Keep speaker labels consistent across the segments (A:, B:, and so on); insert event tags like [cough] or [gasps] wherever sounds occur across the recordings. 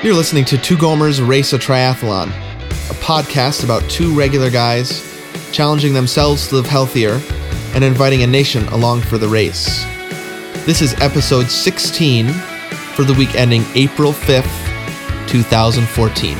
A: You're listening to Two Gomers Race a Triathlon, a podcast about two regular guys challenging themselves to live healthier and inviting a nation along for the race. This is episode 16 for the week ending April 5th, 2014.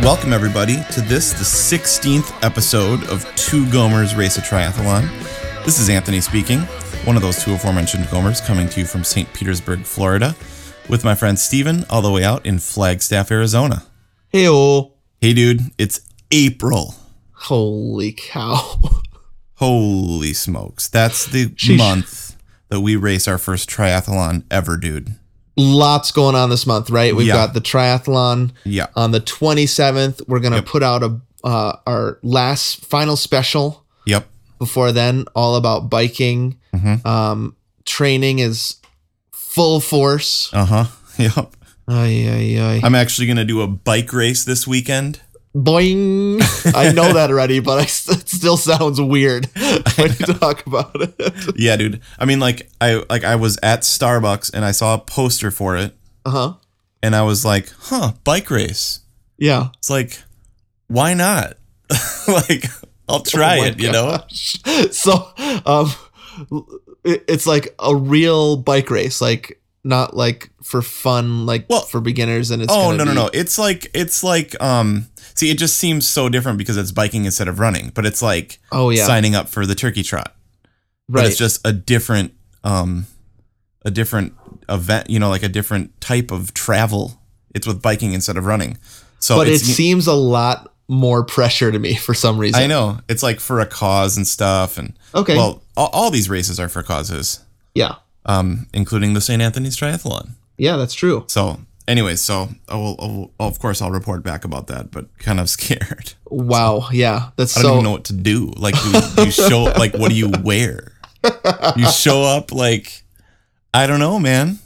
B: Welcome, everybody, to this, the 16th episode of Two Gomers Race a Triathlon. This is Anthony speaking, one of those two aforementioned Gomers coming to you from St. Petersburg, Florida, with my friend Steven, all the way out in Flagstaff, Arizona.
A: Hey,
B: Hey, dude, it's April.
A: holy cow. [laughs]
B: Holy smokes. That's the
A: Sheesh.
B: month that we race our first triathlon ever, dude.
A: Lots going on this month, right? We've
B: Yeah.
A: got the triathlon
B: Yeah.
A: on the 27th. We're going to
B: Yep.
A: put out a uh, our last final special
B: Yep.
A: before then all about biking
B: Mhm.
A: um training is full force
B: Uh huh. [laughs] Yep.
A: ay, ay, ay.
B: I'm actually going to do a bike race this weekend.
A: boing
B: [laughs]
A: i know that already but I st- it still sounds weird [laughs] when you talk about it
B: Yeah, dude. I mean, like I like I was at Starbucks and I saw a poster for it,
A: uh-huh
B: and I was like, "Huh, bike race."
A: yeah Oh
B: It's like, why not? [laughs] like, I'll
A: [laughs]
B: try
A: Oh my
B: it. You know?
A: gosh. [laughs] so um it- it's like a real bike race like not like for fun like
B: Well-
A: for beginners and it's
B: Oh
A: gonna
B: no no
A: be-
B: no! It's like it's like um. See, it just seems so different because it's biking instead of running, but it's like
A: oh yeah
B: signing up for the turkey trot. But
A: right
B: it's just a different um, a different event. You know, like a different type of travel. It's with biking instead of running. So
A: but it
B: it's,
A: seems a lot more pressure to me for some reason
B: I know it's like for a cause and stuff, and
A: Okay.
B: well, all, all these races are for causes,
A: yeah.
B: um, including the St. Anthony's Triathlon.
A: Yeah, that's true.
B: So, anyways, so I will, I will- of course, I'll report back about that, but kind of [laughs] scared.
A: Wow. Yeah. That's
B: I don't
A: so
B: even know what to do. Like, you, you show, like, what do you
A: [laughs]
B: wear? You show up like, I don't know, man.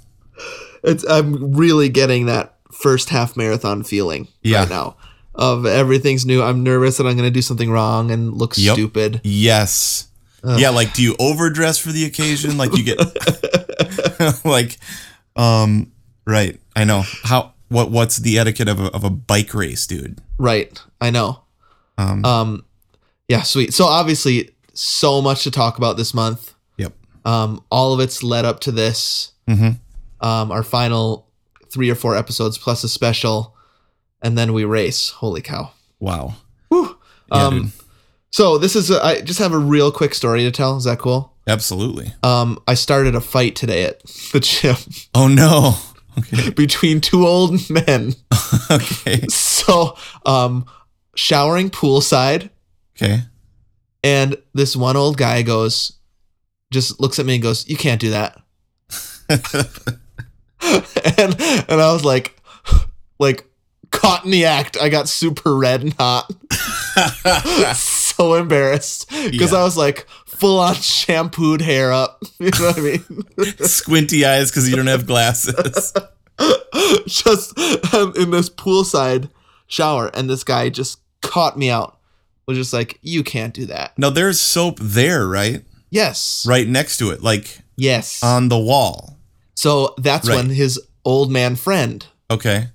A: it's I'm really getting that first half marathon feeling
B: Yeah.
A: right now. Of everything's new. I'm nervous that I'm gonna do something wrong and look
B: Yep.
A: stupid.
B: Yes. yeah, like do you overdress for the occasion? Like you
A: [laughs]
B: get [laughs] like um right, I know. How what what's the etiquette of a, of a bike race, dude?
A: Right. I know.
B: Um,
A: Um yeah, sweet. So obviously so much to talk about this month.
B: Yep.
A: Um, all of it's led up to this.
B: Mhm.
A: Um, our final three or four episodes plus a special, and then we race. Holy cow.
B: Wow.
A: Whew.
B: Yeah,
A: um,
B: dude.
A: So this is a, I just have a real quick story to tell. Is that cool?
B: Absolutely.
A: Um, I started a fight today at the gym [laughs]
B: Oh no. [laughs] Okay.
A: between two old men.
B: Okay.
A: So, um, showering poolside, [laughs]
B: Okay.
A: and this one old guy goes, just looks at me and goes, "You can't do that." [laughs] and and I was like, [sighs] like caught in the act. I got super red and hot. [laughs] so embarrassed because
B: Yeah.
A: I was like full on shampooed hair up. [laughs] You know what I mean?
B: Squinty eyes cuz you don't have
A: [laughs]
B: glasses.
A: just um, in this poolside shower, and this guy just caught me out. Was just like, you can't do that.
B: Now there's soap there, right?
A: Yes.
B: Right next to it, like
A: Yes.
B: on the wall.
A: so that's
B: right.
A: when his old man friend.
B: Okay.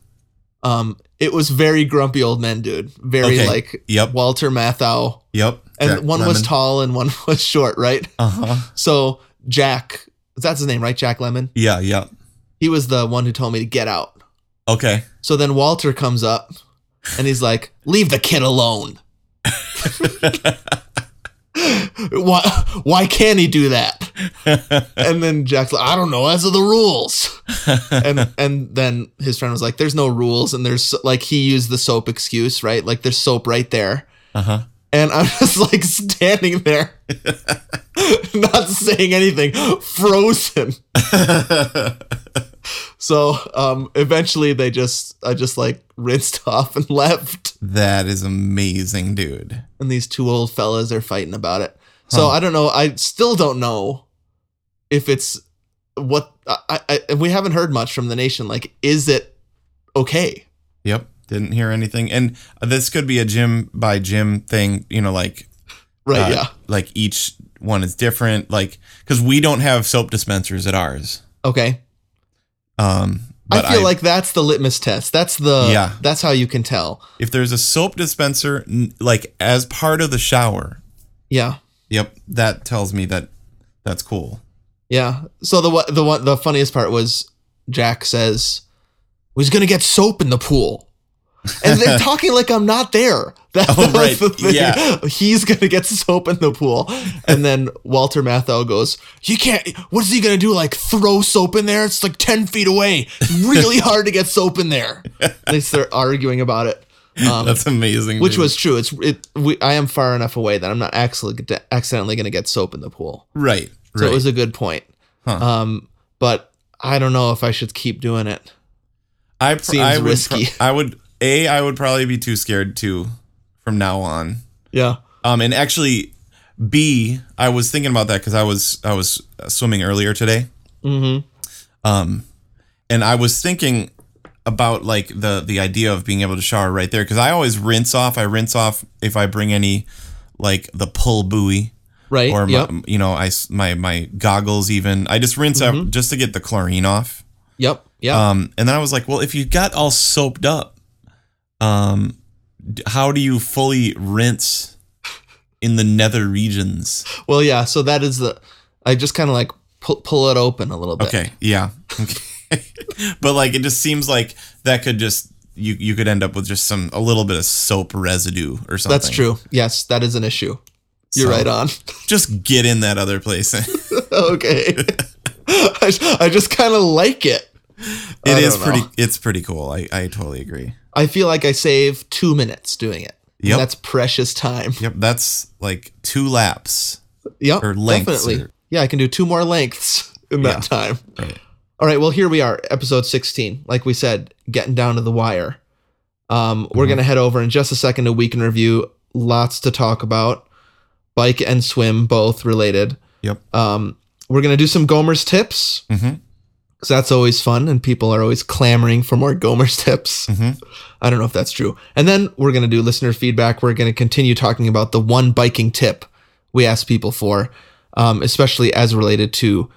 A: Um, it was very grumpy old man, dude. Very
B: Okay.
A: like
B: Yep.
A: Walter Matthau.
B: Yep.
A: And
B: Jack
A: one was
B: Lemmon.
A: tall and one [laughs] was short, right?
B: Uh-huh.
A: So Jack, that's his name, right? Jack Lemon.
B: Yeah, yeah.
A: He was the one who told me to get out.
B: Okay.
A: So then Walter comes up and he's like, "Leave the kid alone." [laughs] why why can't he do that? And then Jack's like, "I don't know, as are the rules." And and then his friend was like, "There's no rules and there's like he used the soap excuse, right? Like there's soap right there."
B: Uh-huh.
A: And I'm [laughs] just like standing there [laughs] not saying anything, frozen. So um, eventually they just I just like rinsed [laughs] off and left.
B: that is amazing, dude.
A: And these two old fellas are fighting about it. So I don't know. I still don't know if it's what I, I and we haven't heard much from the nation. Like, is it okay?
B: Yep. Didn't hear anything. And this could be a gym by gym thing, you know, like
A: Right?
B: uh,
A: yeah.
B: like each one is different, like because we don't have soap dispensers at ours.
A: Okay.
B: Um, but
A: I feel like that's the litmus test. That's the
B: Yeah.
A: That's how you can tell.
B: if there's a soap dispenser n- like as part of the shower,
A: Yeah.
B: yep, that tells me that that's cool.
A: Yeah. So the one- the one the funniest part was Jack says, "We're gonna get soap in the pool," and
B: [laughs]
A: they're talking like I'm not there. [laughs] That,
B: Oh,
A: that was
B: right.
A: the thing.
B: Yeah.
A: He's gonna get soap in the pool, and then Walter Matthau goes, "You can't. What's he gonna do? Like throw soap in there? It's like ten feet away. It's really hard to get soap in there."
B: [laughs]
A: They start arguing about it. Um,
B: that's amazing.
A: which
B: dude.
A: was true. It's it. We, I am far enough away that I'm not actually accidentally going to get soap in the pool.
B: right. Right.
A: So it was a good point.
B: Huh.
A: Um, but I don't know if I should keep doing it.
B: I pr-
A: seems
B: I would
A: risky.
B: pro- I would a I would probably be too scared to from now on.
A: Yeah.
B: Um, and actually, B I was thinking about that because I was I was uh, swimming earlier today.
A: Mm-hmm.
B: Um, and I was thinking about like the the idea of being able to shower right there because I always rinse off. I rinse off if I bring any like the pull buoy
A: Right.
B: or my,
A: yep.
B: you know I s- my my goggles even. I just rinse out just to get the chlorine off.
A: Yep. Mm-hmm. Yep.
B: Um, and then I was like, well, if you got all soaped up, um, d- how do you fully rinse in the nether regions?
A: well, yeah. So that is the. I just kind of like pull, pull it open a little bit.
B: Okay, yeah. [laughs] Okay. but like it just seems like that could just you you could end up with just some a little bit of soap residue or something.
A: That's true. Yes, that is an issue. You're
B: So,
A: right on. [laughs]
B: Just get in that other place. [laughs] it
A: okay. [laughs] I, j- I just kind of like it. I
B: is
A: don't know.
B: pretty it's pretty cool. I, I totally agree.
A: I feel like I save two minutes doing it. And
B: Yep.
A: That's precious time.
B: Yep, that's like two laps.
A: Yep.
B: or lengths
A: Definitely.
B: or-
A: yeah, I can do two more lengths in that
B: Yeah.
A: time.
B: Right.
A: All right. Well, here we are, episode 16. Like we said, getting down to the wire. Um, We're
B: Mhm.
A: going to head over in just a second to week in review. Lots to talk about. Bike and swim, both related.
B: Yep.
A: Um, we're going to do some Gomer's tips
B: Mhm.
A: because that's always fun and people are always clamoring for more Gomer's tips.
B: Mhm.
A: I don't know if that's true. And then we're going to do listener feedback. We're going to continue talking about the one biking tip we ask people for, um, especially as related to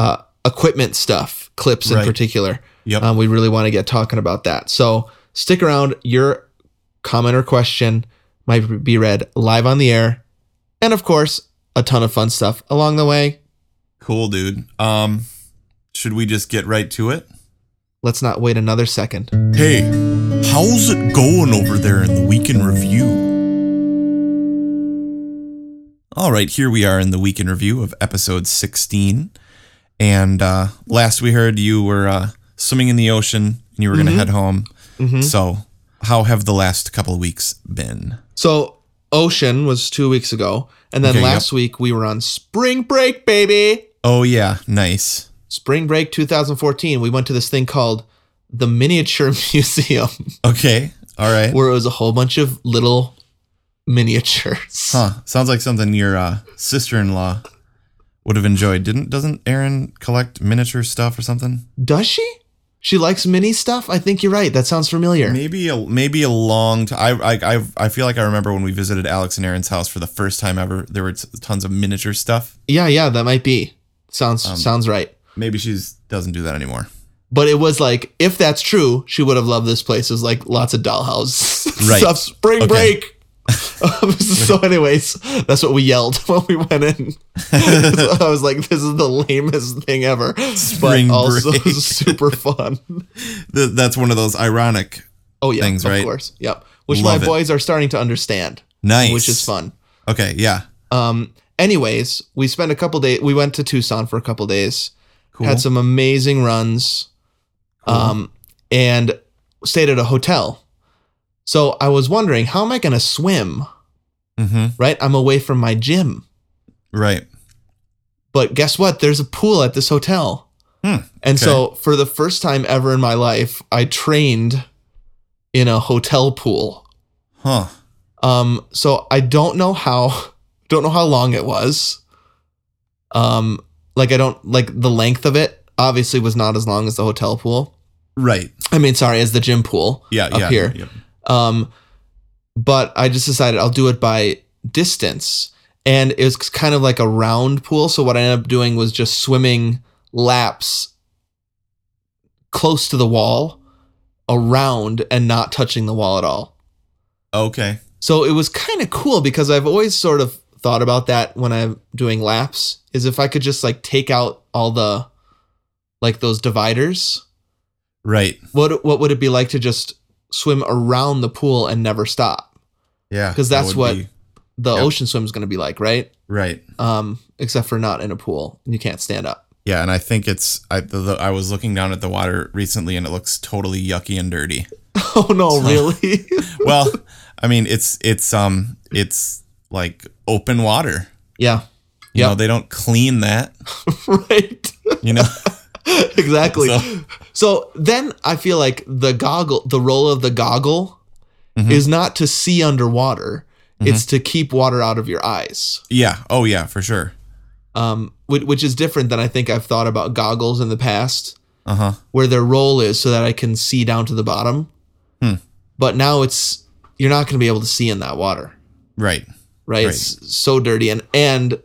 A: uh, equipment stuff, clips in
B: Right.
A: particular.
B: Yep.
A: Um, we really want to get talking about that. So stick around. Your comment or question might be read live on the air. And of course, a ton of fun stuff along the way.
B: Cool, dude. Um, should we just get right to it?
A: Let's not wait another second.
B: Hey, how's it going over there in the week in review? All right, here we are in the week in review of episode 16. And uh, last we heard, you were uh, swimming in the ocean and you were going to head home.
A: Mm-hmm.
B: So, how have the last couple of weeks been?
A: So Ocean was two weeks ago, and then
B: Okay,
A: last week we were on spring break, baby.
B: Oh, yeah, nice.
A: Spring break 2014. We went to this thing called the Miniature [laughs] Museum,
B: Okay, all right.
A: where it was a whole bunch of little miniatures.
B: Huh, sounds like something your uh, sister in law would have enjoyed. Didn't, doesn't Aaron collect miniature stuff or something?
A: Does she? She likes mini stuff. I think you're right. That sounds familiar.
B: Maybe a maybe a long time. I I I've- I feel like I remember when we visited Alex and Aaron's house for the first time ever. There were t- tons of miniature stuff.
A: Yeah, yeah, that might be. Sounds
B: Um,
A: sounds right.
B: Maybe she's doesn't do that anymore.
A: But it was like, if that's true, she would have loved this place. It was like lots of dollhouse [laughs]
B: Right.
A: stuff. Spring
B: Okay.
A: break. [laughs] Um, so, anyways, that's what we yelled [laughs] when we went in. So I was like, this is the lamest thing ever, [laughs]
B: Spring
A: but also
B: break.
A: [laughs] super fun.
B: Th- that's one of those ironic.
A: Oh yeah,
B: Things,
A: of
B: right?
A: course. Yep. Which
B: Love
A: my
B: it.
A: boys are starting to understand,
B: Nice,
A: which is fun.
B: Okay, yeah,
A: Um. Anyways, we spent a couple days. We went to Tucson for a couple days.
B: cool.
A: Had some amazing runs.
B: Cool.
A: um, and stayed at a hotel. So I was wondering, how am I going to swim?
B: Mhm,
A: Right? I'm away from my gym.
B: right.
A: But guess what? There's a pool at this hotel.
B: Hmm,
A: and so, for the first time ever in my life, I trained in a hotel pool.
B: Huh?
A: Um, [laughs] so I don't know how, don't know how long it was. Um, Like I don't like the length of it. Obviously, was not as long as the hotel pool.
B: Right.
A: I mean, sorry, as the gym pool.
B: Yeah.
A: Up
B: yeah.
A: here.
B: Yep.
A: Um, but I just decided I'll do it by distance. And it was kind of like a round pool. So what I ended up doing was just swimming laps close to the wall, around, and not touching the wall at all.
B: Okay.
A: So it was kind of cool because I've always sort of thought about that when I'm doing laps is if I could just like take out all the like those dividers.
B: Right.
A: What what would it be like to just swim around the pool and never stop?
B: Yeah.
A: 'Cause
B: that
A: that's
B: would
A: what-
B: be-
A: The
B: Yeah.
A: ocean swim is going to be like, right?
B: right.
A: Um, except for not in a pool and you can't stand up. [laughs]
B: Yeah, and I think it's I the, the, I was looking down at the water recently and it looks totally yucky and dirty.
A: Oh no, really?
B: well, I mean, it's it's um it's like open water.
A: yeah, [laughs]
B: You
A: Yep.
B: know, they don't clean that,
A: right. [laughs]
B: you know.
A: exactly.
B: So-
A: So. then I feel like the goggle, the role of the goggle
B: Mhm.
A: is not to see underwater, it's to keep water out of your eyes,
B: yeah. Oh yeah, for sure.
A: um, which, which is different than I think I've thought about goggles in the past,
B: Uh-huh.
A: where their role is so that I can see down to the bottom.
B: Hmm.
A: But now it's, you're not going to be able to see in that water,
B: Right.
A: right? It's so dirty. And, and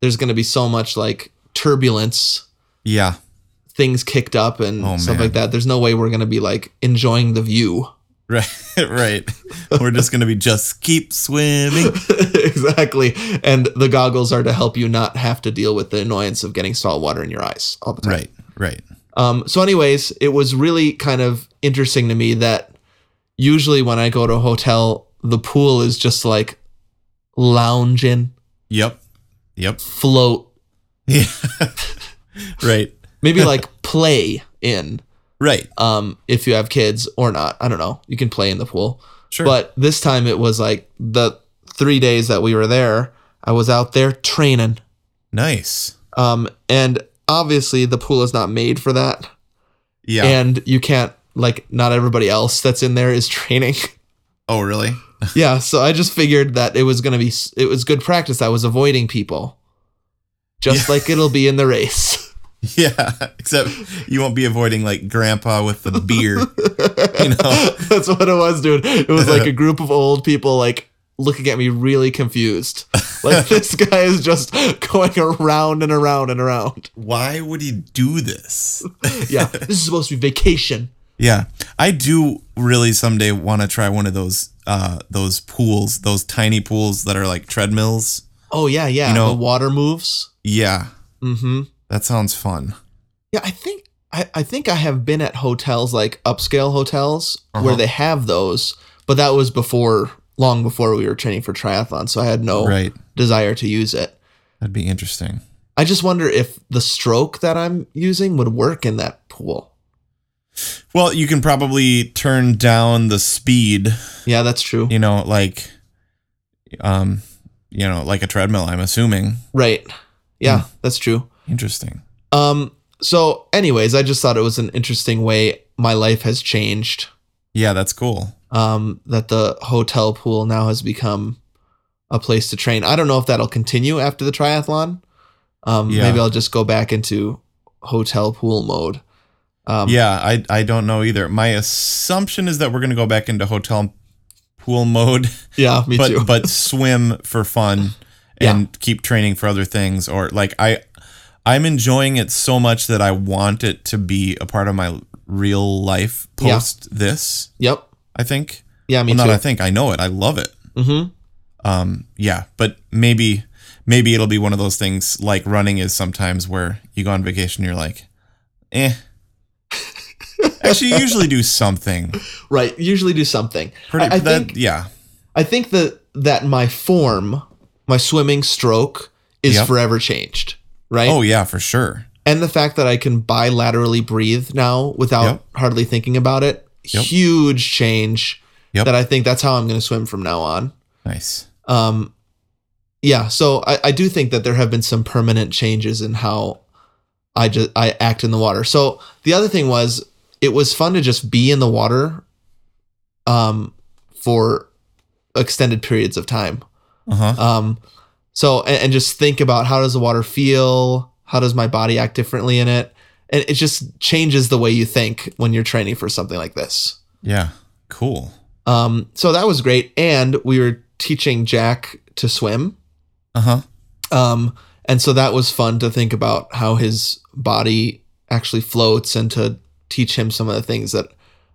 A: there's going to be so much like turbulence.
B: Yeah. [laughs]
A: Things kicked up and
B: Oh,
A: stuff
B: man.
A: like that. There's no way we're gonna be like enjoying the view. [laughs]
B: Right. right. We're just going to be just keep swimming.
A: exactly. And the goggles are to help you not have to deal with the annoyance of getting salt water in your eyes all the time.
B: Right. Right.
A: Um, so, anyways, it was really kind of interesting to me that usually when I go to a hotel, the pool is just like lounging,
B: Yep. Yep.
A: float,
B: Yeah. right. [laughs]
A: maybe like play in
B: Right.
A: um, if you have kids or not. I don't know. You can play in the pool.
B: Sure.
A: But this time it was like the three days that we were there, I was out there training.
B: nice.
A: Um, and obviously the pool is not made for that.
B: Yeah.
A: And you can't like not everybody else that's in there is [laughs] training.
B: oh, really? [laughs]
A: yeah, so I just figured that it was going to be s- it was good practice. I was avoiding people. Just
B: Yeah.
A: like it'll be in the race.
B: Yeah, except you won't be avoiding like grandpa with the beer.
A: [laughs]
B: [laughs] you know?
A: that's what it was, dude. It was like a group of old people like looking at me really confused.
B: [laughs]
A: Like this guy is just going around and around and around.
B: Why would he do this?
A: Yeah. this is supposed to be vacation.
B: Yeah. I do really someday want to try one of those uh those pools, those tiny pools that are like treadmills.
A: Oh yeah, yeah.
B: You know-
A: the water moves.
B: Yeah.
A: Mhm.
B: That sounds fun.
A: Yeah, I think I, I think I have been at hotels like upscale hotels where
B: Uh-huh.
A: they have those, but that was before long before we were training for triathlon, so I had no
B: Right.
A: desire to use it.
B: That'd be interesting.
A: I just wonder if the stroke that I'm using would work in that pool.
B: Well, you can probably turn down the speed,
A: Yeah, that's true.
B: you know, like um you know, like a treadmill, I'm assuming.
A: Right. Yeah,
B: Hmm.
A: that's true.
B: Interesting.
A: Um so anyways, I just thought it was an interesting way my life has changed.
B: Yeah, that's cool.
A: Um that the hotel pool now has become a place to train. I don't know if that'll continue after the triathlon. Um,
B: Yeah.
A: Maybe I'll just go back into hotel pool mode. Um,
B: Yeah, I I don't know either. My assumption is that we're gonna go back into hotel pool mode, [laughs]
A: yeah, me
B: but
A: too.
B: but swim for fun and keep training for other things. Or like I, I'm enjoying it so much that I want it to be a part of my real life
A: Yeah.
B: post this.
A: Yep.
B: I think.
A: Yeah, me
B: well, not I
A: too.
B: think. I know it. I love it.
A: hmm
B: Um, yeah, but maybe maybe it'll be one of those things like running is sometimes where you go on vacation, you're like,
A: [laughs]
B: eh. Actually, you usually do something.
A: Right. Usually do something.
B: Pretty,
A: I- I
B: that,
A: think-
B: yeah,
A: I think that that my form, my swimming stroke, is
B: Yep.
A: forever changed. Right.
B: Oh yeah, for sure.
A: and the fact that I can bilaterally breathe now without
B: Yep.
A: hardly thinking about it,
B: Yep.
A: huge change.
B: Yep.
A: That I think that's how I'm going to swim from now on.
B: Nice.
A: Um, yeah, so I, I do think that there have been some permanent changes in how I just I act in the water. So the other thing was it was fun to just be in the water, um, for extended periods of time.
B: Uh huh.
A: Um, so and, and just think about how does the water feel? How does my body act differently in it? And it just changes the way you think when you're training for something like this.
B: Yeah. Cool.
A: Um, so that was great. And we were teaching Jack to swim.
B: Uh huh.
A: Um, and so that was fun to think about how his body actually floats and to teach him some of the things that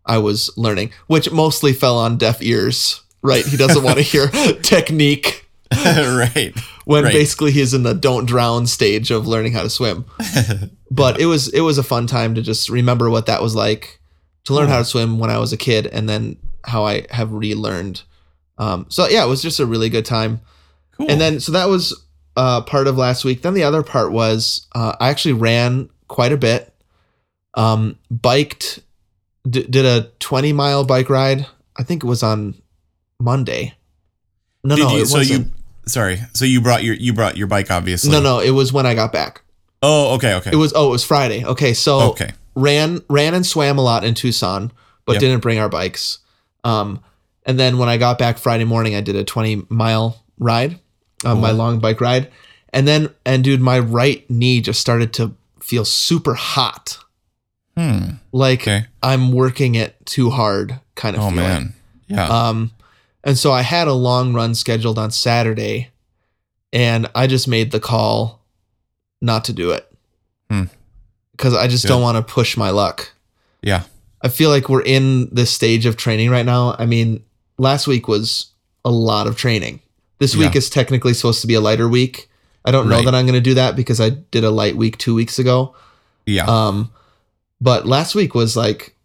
A: I was learning, which mostly fell on deaf ears, right? He doesn't want to hear technique
B: [laughs] right.
A: when
B: Right.
A: basically he's in the don't drown stage of learning how to
B: [laughs]
A: swim. but it was it was a fun time to just remember what that was like to learn
B: Oh.
A: how to swim when I was a kid and then how I have relearned. Um, so yeah, it was just a really good time.
B: Cool.
A: And then, so that was uh, part of last week. Then the other part was uh, I actually ran quite a bit, um, biked, d- did a 20 mile bike ride. I think it was on Monday. No,
B: Did
A: no,
B: you-
A: it
B: so you
A: wasn't.
B: sorry. So you brought your you brought your bike obviously.
A: no, no, it was when I got back.
B: Oh, okay, okay.
A: It was oh, it was Friday. Okay, so
B: okay.
A: ran ran and swam a lot in Tucson, but
B: Yep.
A: didn't bring our bikes. Um, and then when I got back Friday morning, I did a 20 mile ride, uh, my long bike ride, and then and dude, my right knee just started to feel super hot,
B: Hmm.
A: like
B: Okay.
A: I'm working it too hard, kind of.
B: Oh
A: feeling.
B: man. Yeah.
A: Um, and so I had a long run scheduled on Saturday, and I just made the call not to do it
B: Hmm.
A: because I just
B: Yeah.
A: don't want to push my luck.
B: yeah.
A: I feel like we're in this stage of training right now. I mean, last week was a lot of training. This week
B: Yeah.
A: is technically supposed to be a lighter week. I don't know
B: Right.
A: that I'm going to do that because I did a light week two weeks ago.
B: Yeah.
A: Um, but last week was like,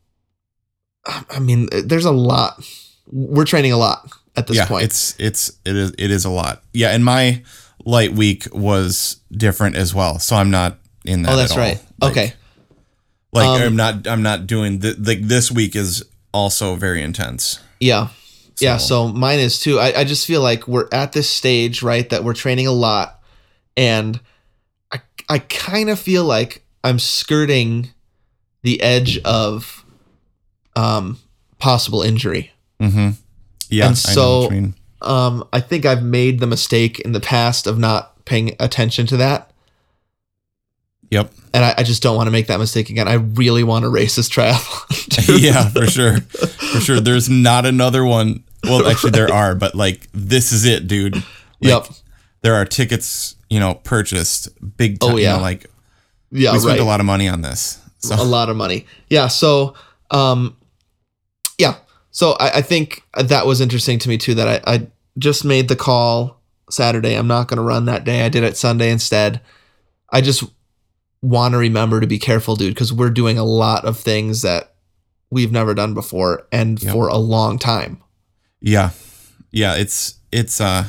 A: I I mean, there's a lot. We're training a lot at this
B: yeah,
A: point.
B: It's it's it is it is a lot. Yeah, and my light week was different as well. So I'm not in that.
A: oh,
B: at
A: that's
B: all.
A: right.
B: Like-
A: okay.
B: Like
A: Um,
B: I'm not I'm not doing th- like this week is also very intense.
A: Yeah. Yeah.
B: So-
A: So mine is too. I, I just feel like we're at this stage, right, that we're training a lot. And I, I kind of feel like I'm skirting the edge of um, possible injury.
B: Mhm. Yeah.
A: And
B: I know what
A: so-
B: you mean.
A: Um, I think I've made the mistake in the past of not paying attention to that.
B: Yep.
A: And I, I just don't want to make that mistake again. I really want to race this triathlon. [laughs] dude.
B: [laughs] yeah, for sure. For sure. There's not another one. Well, actually there are, but like this is it, dude. Like,
A: Yep.
B: There are tickets, you know, purchased big
A: Oh,
B: time. you know,
A: yeah.
B: like
A: Yeah,
B: we
A: right.
B: spent a lot of money on this. So
A: a lot of money. Yeah. So, um, yeah. So I, I think that was interesting to me too. That I, I just made the call Saturday. I'm not going to run that day. I did it Sunday instead. I just want to remember to be careful, dude, because we're doing a lot of things that we've never done before and
B: Yep.
A: for a long time.
B: Yeah. Yeah, it's it's uh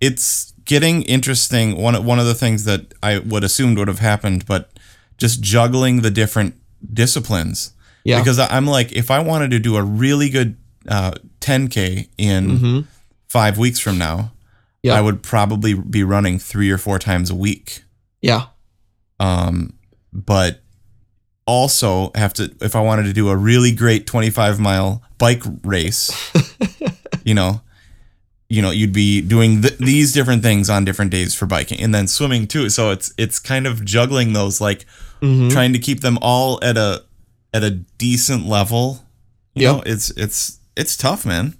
B: it's getting interesting. One one of the things that I would assumed would have happened, but just juggling the different disciplines.
A: Yeah.
B: Because I- I'm like, if I wanted to do a really good uh, 10K in
A: hmm
B: five weeks from now,
A: Yeah.
B: I would probably be running three or four times a week.
A: Yeah.
B: Um, but also have to if I wanted to do a really great 25 mile bike
A: [laughs]
B: race, you know, you know, you'd be doing th- these different things on different days for biking and then swimming too. So it's it's kind of juggling those like
A: hmm
B: trying to keep them all at a at a decent level. You
A: Yeah.
B: know, it's it's it's tough, man.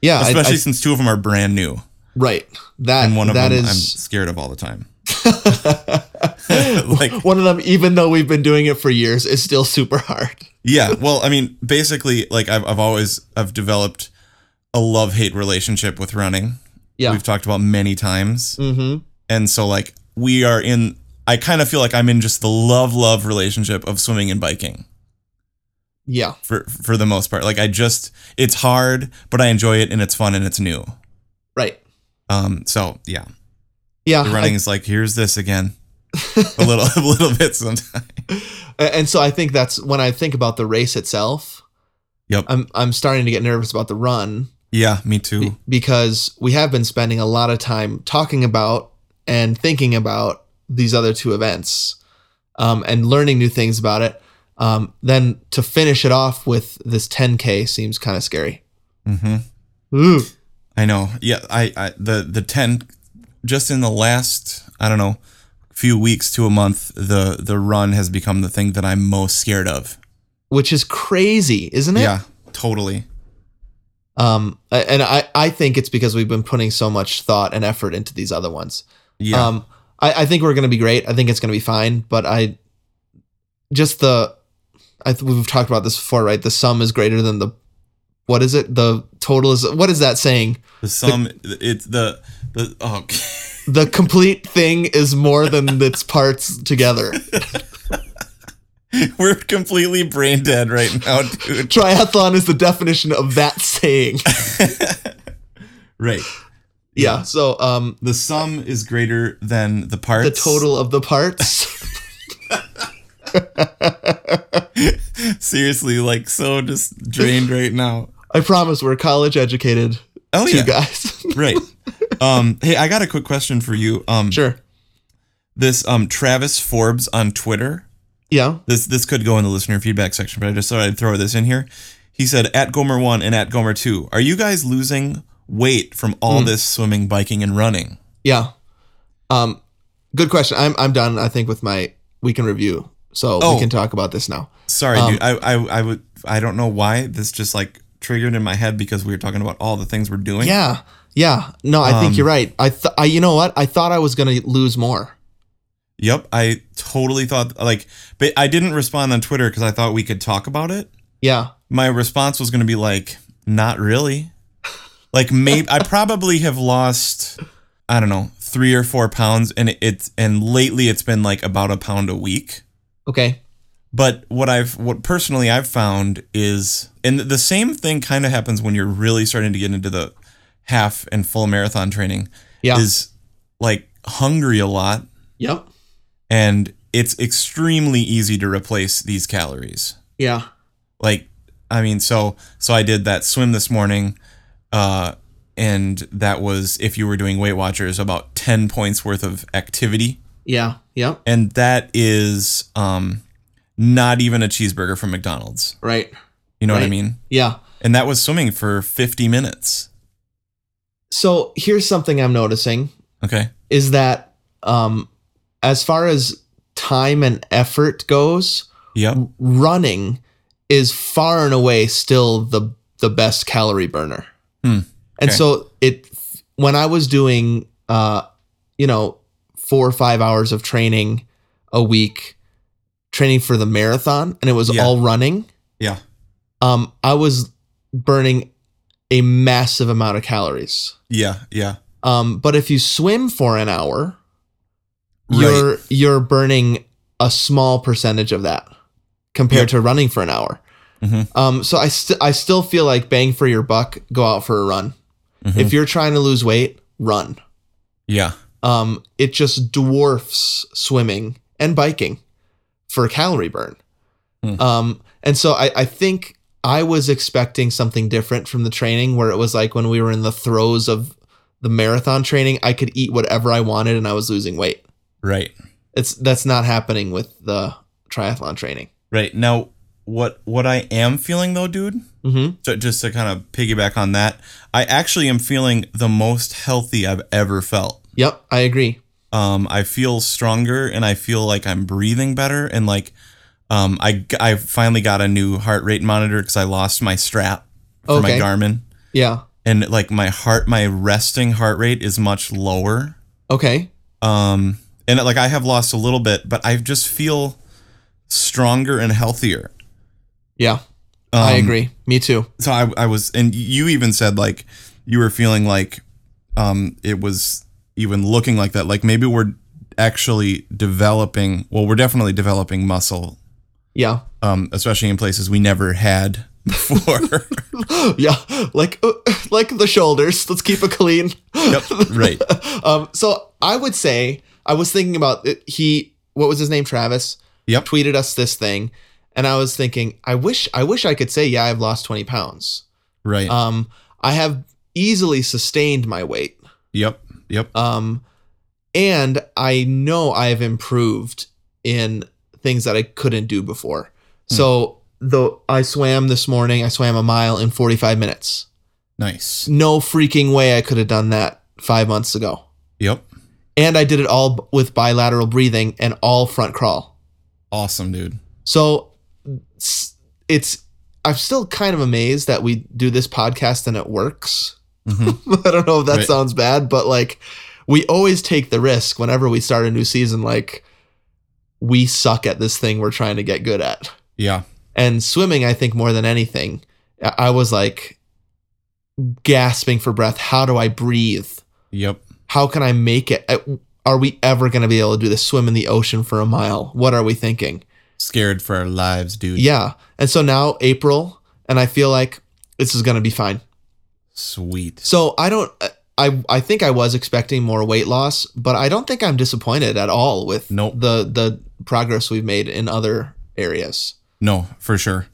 A: Yeah. I- I-
B: Especially since two of them are brand new
A: right. That
B: and one of
A: that
B: them I'm
A: is-
B: scared of all the time. [laughs] like
A: [laughs] one of them. Even though we've been doing it for years, is still super hard.
B: Yeah. Well, I mean, basically, like I've, I've always I've developed a love hate relationship with running.
A: Yeah.
B: We've talked about many times,
A: hmm
B: and so like we are in. I kind of feel like I'm in just the love love relationship of swimming and biking
A: Yeah.
B: for for the most part. Like I just it's hard, but I enjoy it and it's fun and it's new.
A: Right.
B: Um. So yeah,
A: Yeah.
B: the running
A: I-
B: is like here's this again, a little [laughs] a little bit sometimes.
A: and so I think that's when I think about the race itself.
B: Yep.
A: I'm I'm starting to get nervous about the run
B: Yeah. Me too.
A: because we have been spending a lot of time talking about and thinking about these other two events um, and learning new things about it. Um, then to finish it off with this 10K seems kind of scary.
B: Mm-hmm.
A: Ooh.
B: I know. Yeah, I, I the the ten just in the last I don't know few weeks to a month, the the run has become the thing that I'm most scared of.
A: which is crazy, isn't it?
B: Yeah, totally.
A: Um, a- and I, I think it's because we've been putting so much thought and effort into these other ones.
B: Yeah,
A: Um, I, I think we're going to be great. I think it's going to be fine. But I just the I th- we've talked about this before, right? The sum is greater than the what is it? The total is what is that saying?
B: the sum it's the the oh [laughs]
A: The complete thing is more than its parts together.
B: we're completely brain dead right now, [laughs] dude.
A: Triathlon is the definition of that
B: [laughs]
A: saying.
B: Right.
A: Yeah. So um,
B: The sum is greater than the parts.
A: the total of the parts.
B: [laughs] Seriously, like so just drained right now.
A: [laughs] I promise we're college educated.
B: Oh
A: two
B: yeah.
A: guys. [laughs]
B: Right. Um hey, I got a quick question for you. Um
A: sure.
B: this um Travis Forbes on Twitter.
A: Yeah.
B: This this could go in the listener feedback section, but I just thought I'd throw this in here. He said at Gomer one and at Gomer two, are you guys losing weight from all this swimming, biking, and running?
A: Yeah. Um, good question. I'm I'm done. I think with my weekend review, so
B: Oh.
A: we can talk about this now.
B: Sorry, dude. I, I I would I don't know why this just like triggered in my head because we were talking about all the things we're doing.
A: Yeah. Yeah. No, I think you're right. I th- I you know what? I thought I was gonna lose more.
B: Yep, I totally thought like, but I didn't respond on Twitter because I thought we could talk about it.
A: Yeah.
B: My response was going to be like, not really. Like maybe I probably have lost, I don't know, three or four pounds, and it- it's and lately it's been like about a pound a week.
A: Okay.
B: But what I've what personally I've found is, and the same thing kind of happens when you're really starting to get into the half and full marathon training,
A: Yeah.
B: is like hungry a lot
A: yep.
B: and it's extremely easy to replace these calories.
A: Yeah.
B: Like, I mean, so so I did that swim this morning, uh, and that was if you were doing Weight Watchers, about ten points worth of activity,
A: Yeah. Yep.
B: and that is um, not even a cheeseburger from McDonald's.
A: Right.
B: You know what I
A: Right.
B: mean?
A: Yeah.
B: And that was swimming for fifty minutes.
A: So here's something I'm noticing
B: Okay.
A: is that um, as far as time and effort goes,
B: Yep.
A: running is far and away still the the best calorie burner.
B: Hmm.
A: And
B: Okay.
A: so it when I was doing uh you know 4 or 5 hours of training a week training for the marathon and it was
B: Yeah.
A: all running
B: Yeah.
A: um I was burning a massive amount of calories.
B: Yeah. Yeah.
A: Um but if you swim for an hour
B: Right.
A: you're you're burning a small percentage of that compared
B: Yep.
A: to running for an hour.
B: Mhm.
A: Um, so I st- I still feel like bang for your buck, go out for a run.
B: Mhm.
A: If you're trying to lose weight, run.
B: yeah.
A: Um, it just dwarfs swimming and biking for calorie burn.
B: Hmm.
A: Um, and so I, I think I was expecting something different from the training where it was like when we were in the throes of the marathon training, I could eat whatever I wanted and I was losing weight
B: Right.
A: it's that's not happening with the triathlon training.
B: Right. Now, what what I am feeling though, dude.
A: Mm-hmm.
B: So just to kind of piggyback on that, I actually am feeling the most healthy I've ever felt.
A: Yep, I agree.
B: Um, I feel stronger and I feel like I'm breathing better and like um, I g- I finally got a new heart rate monitor because I lost my strap for
A: Okay.
B: my Garmin
A: Yeah.
B: and like my heart my resting heart rate is much lower.
A: Okay.
B: Um, and like I have lost a little bit, but I just feel stronger and healthier.
A: Yeah, I
B: Um,
A: agree. Me too.
B: so I, I was and you even said like you were feeling like um it was even looking like that like maybe we're actually developing well we're definitely developing muscle
A: Yeah. [gasps]
B: um especially in places we never had [laughs] before
A: yeah. Like uh, [laughs] like the shoulders. Let's keep it clean.
B: yep right
A: um. So I would say I was thinking about it, he. What was his name? Travis.
B: Yep.
A: Tweeted us this thing, and I was thinking, I wish I wish I could say, yeah, I've lost twenty pounds.
B: right
A: Um. I have easily sustained my weight.
B: yep yep
A: Um, and I know I've improved in things that I couldn't do before. So though I swam this morning, I swam a mile in 45 minutes.
B: nice
A: No freaking way I could have done that five months ago.
B: yep
A: And I did it all b- with bilateral breathing and all front crawl.
B: Awesome, dude.
A: So it's, it's I'm still kind of amazed that we do this podcast and it works. [laughs]
B: Mhm.
A: I don't know if that
B: Right.
A: sounds bad, but like we always take the risk whenever we start a new season like we suck at this thing we're trying to get good at.
B: Yeah.
A: And swimming, I think more than anything, I I was like gasping for breath. How do I breathe?
B: Yep.
A: How can I make it? I- Are we ever going to be able to do this? Swim in the ocean for a mile? What are we thinking?
B: Scared for our lives, dude.
A: Yeah. And so now April, and I feel like this is going to be fine.
B: Sweet.
A: So I don't. I I think I was expecting more weight loss, but I don't think I'm disappointed at all with
B: Nope.
A: the the progress we've made in other areas.
B: No, for sure.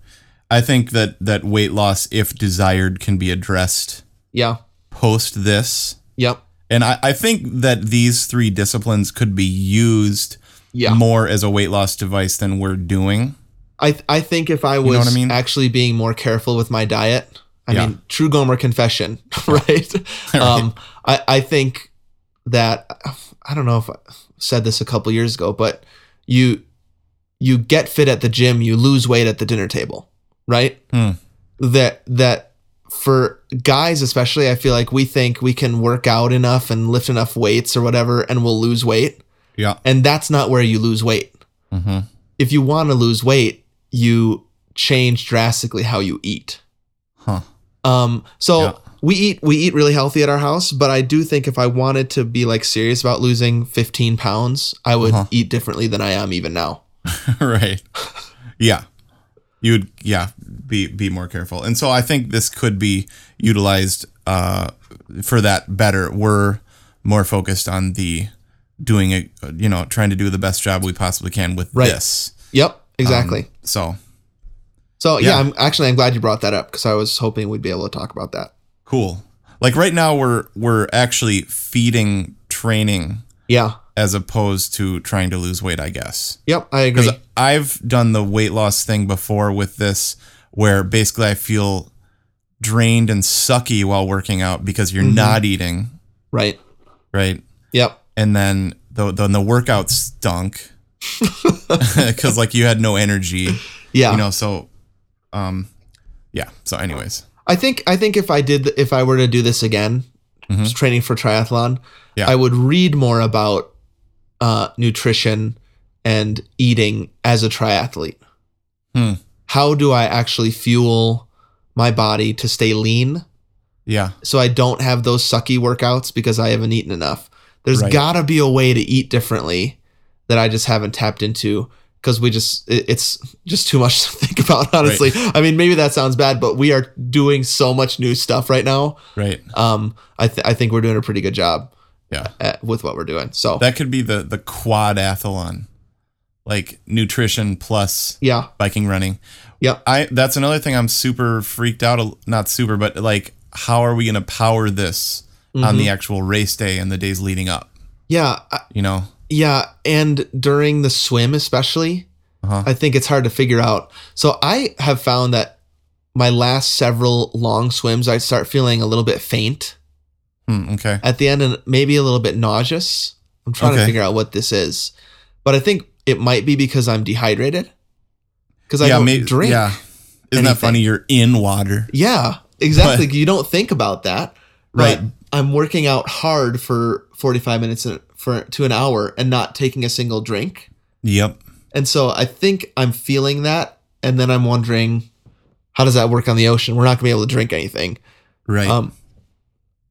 B: I think that that weight loss, if desired, can be addressed
A: Yeah.
B: post this.
A: Yep.
B: And I, I think that these three disciplines could be used
A: Yeah.
B: more as a weight loss device than we're doing.
A: I th- I think if I was
B: what I mean?
A: actually being more careful with my diet, I
B: Yeah.
A: mean, true Gomer
B: [laughs]
A: confession, [laughs] right? Um, I I think that I don't know if I said this a couple years ago, but you you get fit at the gym, you lose weight at the dinner table, right?
B: Hmm.
A: That that for guys especially, I feel like we think we can work out enough and lift enough weights or whatever, and we'll lose weight,
B: Yeah.
A: and that's not where you lose weight Mm-hmm.
B: hmm
A: if you want to lose weight, you change drastically how you eat.
B: Huh.
A: Um, so
B: Yeah.
A: we eat we eat really healthy at our house, but I do think if I wanted to be like serious about losing 15 pounds, I would
B: Uh-huh.
A: eat differently than I am even now.
B: [laughs] right. Yeah. You would yeah, be be more careful. And so I think this could be utilized uh for that better. We're more focused on the doing a you know, trying to do the best job we possibly can with
A: Right.
B: this.
A: Yep, exactly.
B: So
A: so yeah,
B: Um, yeah.
A: I'm actually I'm glad you brought that up because I was hoping we'd be able to talk about that.
B: cool. Like right now we're we're actually feeding training
A: Yeah.
B: as opposed to trying to lose weight, I guess.
A: Yep, I agree.
B: Because I've done the weight loss thing before with this, where basically I feel drained and sucky while working out because you're not eating,
A: right.
B: right?
A: Yep.
B: And then the then the workout stunk [laughs] because like you had no energy,
A: Yeah.
B: you know. So, um, yeah. So, anyways,
A: I think I think if I did if I were to do this again, just training for triathlon,
B: Mm-hmm. Yeah.
A: I would read more about uh, nutrition and eating as a triathlete.
B: Hmm.
A: How do I actually fuel my body to stay lean
B: yeah,
A: so I don't have those sucky workouts because I haven't eaten enough? There's
B: Right.
A: got to be a way to eat differently that I just haven't tapped into because we just it- it's just too much [laughs] to think about honestly. I mean, maybe that sounds bad, but we are doing so much new stuff right now.
B: right,
A: Um, I th- I think we're doing a pretty good job
B: yeah.
A: at, with what we're doing. So
B: That could be the the quadathlon, like nutrition plus
A: yeah,
B: biking running.
A: yeah,
B: I that's another thing I'm super freaked out al- not super but like how are we going to power this on
A: Mm-hmm.
B: the actual race day and the days leading up,
A: yeah, I-
B: you know?
A: yeah. And during the swim, especially,
B: Uh-huh.
A: I think it's hard to figure out. So I have found that my last several long swims, I start feeling a little bit faint
B: Hmm, okay.
A: at the end and maybe a little bit nauseous. I'm trying to
B: Okay.
A: figure out what this is, but I think it might be because I'm dehydrated because I
B: yeah,
A: don't
B: may-
A: drink.
B: Yeah.
A: anything.
B: Isn't that funny you're in water?
A: Yeah, exactly. you don't think about that, right?
B: Right.
A: I'm working out hard for 45 minutes and- for to an hour and not taking a single drink,
B: Yep.
A: and so I think I'm feeling that, and then I'm wondering, how does that work on the ocean? We're not gonna be able to drink anything.
B: Right.
A: Um,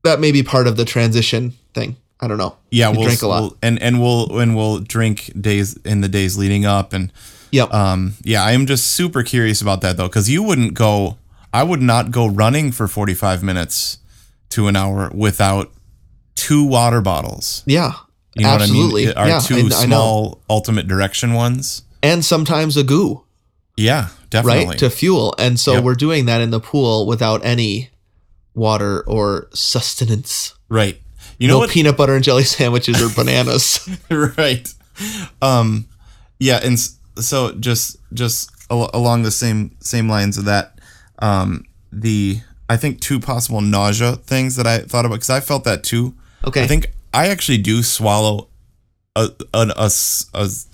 A: that may be part of the transition thing. I don't know.
B: yeah,
A: we
B: we'll
A: drink a lot.
B: we'll- and and we'll and we'll drink days in the days leading up and
A: Yep.
B: um yeah, I am just super curious about that though cuz you wouldn't go I would not go running for 45 minutes to an hour without two water bottles.
A: yeah.
B: You know
A: absolutely.
B: what I mean? Our
A: yeah.
B: two
A: I- I know.
B: small ultimate direction ones.
A: and sometimes a goo.
B: Yeah, definitely.
A: right to fuel and so
B: Yep.
A: we're doing that in the pool without any water or sustenance
B: Right. You know
A: no
B: what?
A: peanut butter and jelly sandwiches or bananas
B: [laughs] right. Um, yeah, and s- so just just al- along the same same lines of that, um, the I think two possible nausea things that I thought about because I felt that too.
A: okay
B: I think I actually do swallow a, an- a s- a s-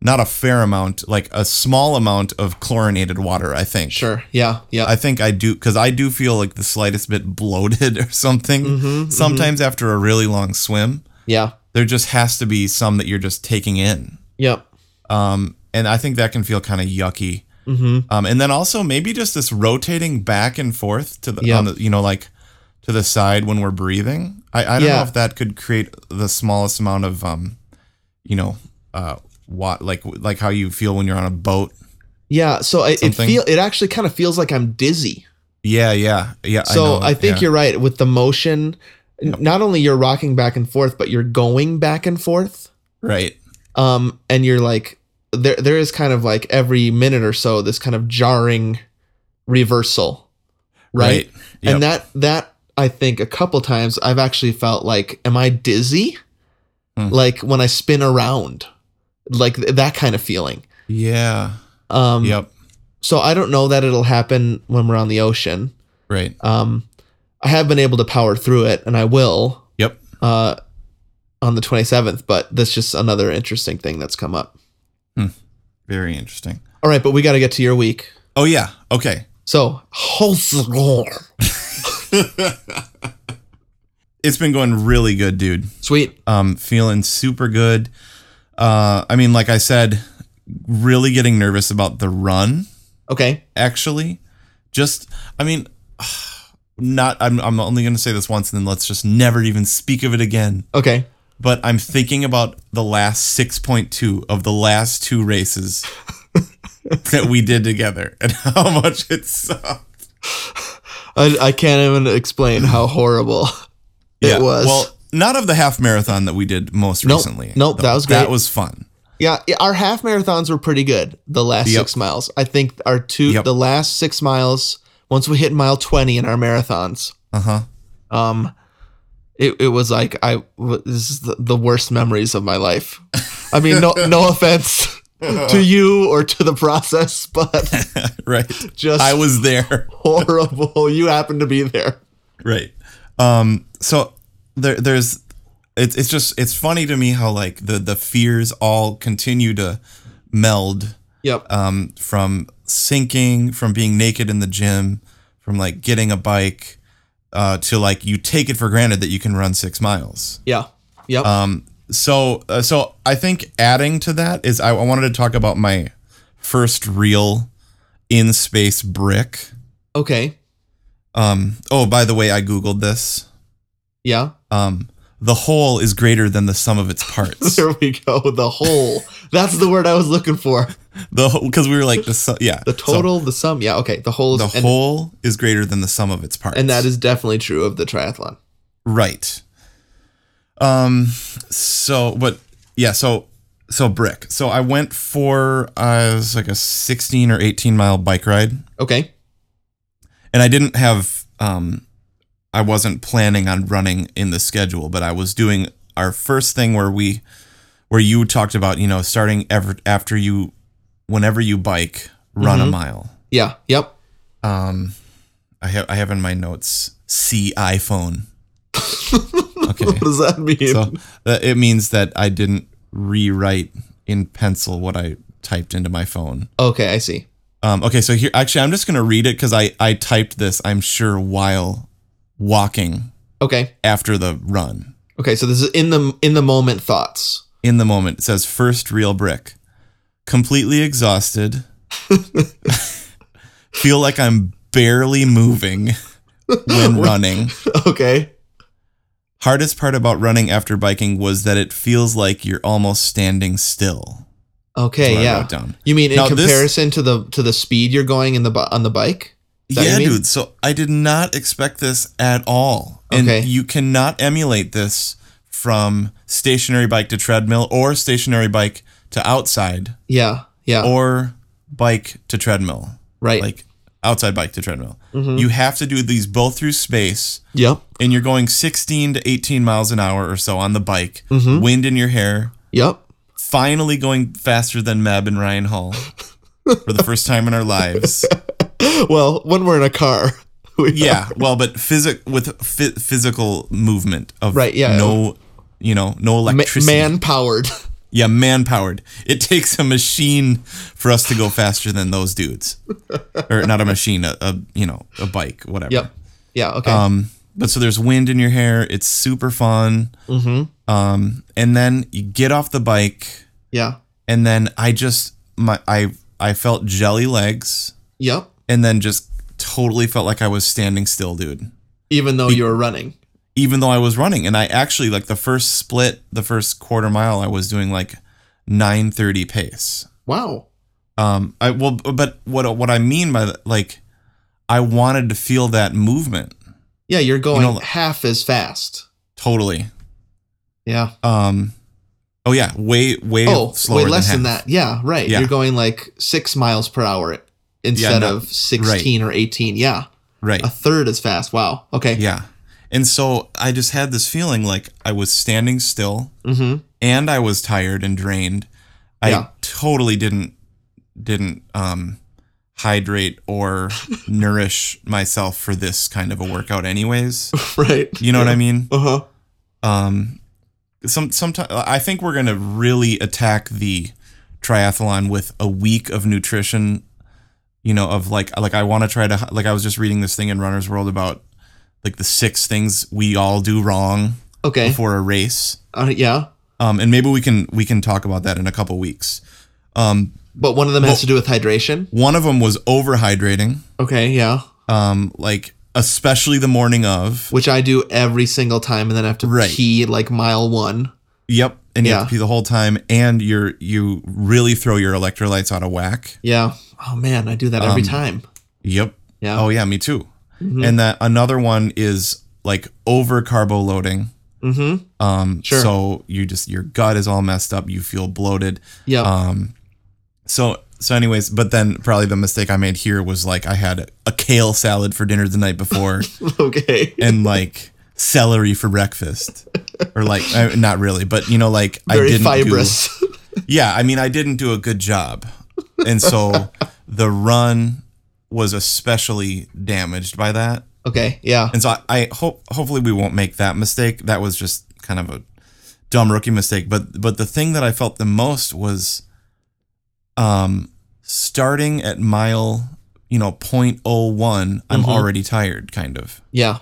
B: not a fair amount, like a small amount of chlorinated water. I think.
A: Sure. Yeah. Yeah.
B: I think I do because I do feel like the slightest bit bloated [laughs] or something.
A: Mm-hmm,
B: Sometimes after a really long swim,
A: yeah.
B: there just has to be some that you're just taking in.
A: Yep.
B: Um, and I think that can feel kind of yucky.
A: Mm-hmm.
B: Um, and then also maybe just this rotating back and forth to the,
A: Yeah.
B: on the you know like to the side when we're breathing. I, I don't
A: Yeah.
B: know if that could create the smallest amount of um, you know, uh, what like like how you feel when you're on a boat.
A: Yeah. So I, it
B: Something.
A: feel it actually kind of feels like I'm dizzy.
B: Yeah, yeah, yeah.
A: So
B: know,
A: I, think
B: yeah.
A: you're right with the motion. N- Not only you're rocking back and forth, but you're going back and forth.
B: right.
A: Um, and you're like there. There is kind of like every minute or so this kind of jarring reversal, right?
B: Yep.
A: And that that I think a couple times I've actually felt like, am I dizzy?
B: Hmm.
A: Like when I spin around, like th- that kind of feeling.
B: yeah.
A: Um,
B: yep.
A: So I don't know that it'll happen when we're on the ocean.
B: Right.
A: Um, I have been able to power through it, and I will
B: Yep.
A: uh, on the 27th. But that's just another interesting thing that's come up.
B: Very interesting.
A: All right, but we got to get to your week.
B: Oh yeah. Okay.
A: So, Holzgor.
B: It's been going really good, dude.
A: sweet.
B: um, feeling super good. Uh, I mean, like I said, really getting nervous about the run.
A: Okay.
B: Actually, just I mean, [sighs] not. I'm I'm only gonna say this once, and then let's just never even speak of it again.
A: Okay.
B: But I'm thinking about the last six point two of the last two [laughs] races that we did together, and [laughs] how much it sucked.
A: I, I can't even explain how horrible [laughs] it was.
B: Well, not of the half marathon that we did most
A: Nope.
B: recently.
A: Nope,
B: though.
A: that was
B: That
A: great.
B: was fun.
A: Yeah, yeah, our half marathons were pretty good. The last
B: Yep.
A: six miles, I think, our two
B: Yep.
A: the last six miles. Once we hit mile twenty in our marathons,
B: Uh huh.
A: um, it, it was like I w- this is the, the worst memories of my life. I mean, no
B: [laughs]
A: no offense to you or to the process,
B: [laughs]
A: but
B: [laughs] Right.
A: just
B: [laughs] I was there.
A: horrible. You happened to be there.
B: right um so there there's it's it's just it's funny to me how like the the fears all continue to meld
A: Yep.
B: um from sinking from being naked in the gym from like getting a bike uh to like you take it for granted that you can run 6 miles
A: yeah. Yep.
B: um so uh, so i think adding to that is I, I wanted to talk about my first real in space brick
A: okay.
B: um oh by the way i googled this
A: Yeah.
B: um, the whole is greater than the sum of its parts.
A: There we go. [laughs] The whole. That's the word I was looking for.
B: the because we were like the su- yeah
A: The
B: so
A: total, the sum. Yeah. Okay. The whole. Is,
B: the
A: and-
B: whole is greater than the sum of its parts,
A: and that is definitely true of the triathlon.
B: right. Um, so but yeah, so so brick. So I went for uh, it was like a sixteen or eighteen mile bike ride,
A: Okay.
B: and I didn't have um, I wasn't planning on running in the schedule, but I was doing our first thing where we where you talked about you know starting ever after you whenever you bike run a mile
A: Yeah. Yep. [laughs]
B: um i have i have in my notes see iphone okay
A: What does that mean?
B: so uh, it means that i didn't rewrite in pencil what i typed into my phone
A: okay, I see.
B: um okay so here actually i'm just gonna read it because i i typed this i'm sure while walking
A: Okay.
B: after the run
A: Okay, so this is in the in the moment thoughts. [laughs]
B: in the moment. It says first real brick. Completely exhausted. [laughs] Feel like I'm barely moving
A: [laughs]
B: when running.
A: Okay.
B: Hardest part about running after biking was that it feels like you're almost standing still. That's
A: Okay,
B: what I
A: yeah.
B: wrote down.
A: You mean in
B: Now, this-
A: comparison to the to the speed you're going in the bu- on the bike? Is that what
B: yeah,
A: you mean?
B: dude. So I did not expect this at all. And
A: Okay.
B: you cannot emulate this from stationary bike to treadmill or stationary bike to outside
A: Yeah. Yeah.
B: or bike to treadmill.
A: right. Mm-hmm.
B: like outside bike to treadmill. You have to do these both through space,
A: yep.
B: and you're going 16 to 18 miles an hour or so on the bike,
A: Mhm.
B: wind in your hair,
A: Yep.
B: finally going faster than Mab and Ryan
A: [laughs]
B: Hall for the first time in our lives.
A: Well, when we're in a car. [laughs] we-
B: Yeah, well, but physic with phy- physical movement of
A: Right, yeah.
B: no you know, no
A: Ma-
B: electricity.
A: man [laughs] powered.
B: Yeah, man powered. It takes a machine for us to go faster than those dudes, or not a machine, a, a you know a bike, whatever.
A: yep. Yeah. Okay.
B: Um, but so there's wind in your hair. It's super fun. Mm-hmm. Um, and then you get off the bike,
A: yeah.
B: and then I just my I I felt jelly legs,
A: Yep.
B: and then just totally felt like I was standing still, dude.
A: Even though you were running.
B: Even though I was running, and I actually like the first split, the first quarter mile, I was doing like nine thirty pace.
A: Wow.
B: Um, I well, but what what I mean by that, like, I wanted to feel that movement
A: Yeah, you're going
B: know-
A: half as fast.
B: totally.
A: Yeah.
B: Um, oh yeah, way way
A: oh, way
B: slower
A: less than,
B: half.
A: that. Yeah. Right.
B: Yeah.
A: You're going like six miles per hour instead
B: no-
A: of sixteen or eighteen. Yeah.
B: Right.
A: A third as fast. Wow. Okay.
B: yeah. And so I just had this feeling like I was standing still
A: Mm-hmm. [laughs]
B: and I was tired and drained. I
A: Yeah.
B: totally didn't didn't um hydrate
A: [laughs]
B: or nourish myself for this kind of a workout anyways.
A: Right.
B: You know what I mean?
A: Uh huh.
B: um some sometimes i think we're going to really attack the triathlon with a week of nutrition you know of like like i want to try to like i was just reading this thing in runner's world about like the six things we all do wrong
A: Okay.
B: before a race
A: Uh, yeah.
B: um and maybe we can we can talk about that in a couple weeks um
A: But one of them has to do with hydration.
B: one of them was overhydrating
A: Okay. Yeah.
B: um like especially the morning of
A: Which I do every single time, and then I have to
B: Right.
A: pee like mile one.
B: yep and you have
A: Yeah.
B: to pee the whole time and you're you really throw your electrolytes out of whack
A: Yeah. Oh man, I do that every time.
B: Yep.
A: Yeah.
B: Um,
A: Mm-hmm.
B: Oh yeah, me too. And that another one is like over carbo loading.
A: Mm-hmm.
B: Um
A: Sure.
B: so you just your gut is all messed up, you feel bloated.
A: Yep.
B: Um so so anyways, but then probably the mistake I made here was like I had a kale salad for dinner the night
A: [laughs]
B: before
A: [laughs] okay.
B: and like celery for breakfast. Or like I, not really, but you know like [laughs] I
A: Very
B: didn't do,
A: fibrous. [laughs]
B: yeah, I mean, I didn't do a good job. And
A: [laughs]
B: so the run was especially damaged by that.
A: okay. Yeah.
B: And so I, I hope hopefully we won't make that mistake. That was just kind of a dumb rookie mistake. But but the thing that I felt the most was um starting at mile, you know, 0.01, I'm
A: Mhm.
B: already tired kind of,
A: Yeah.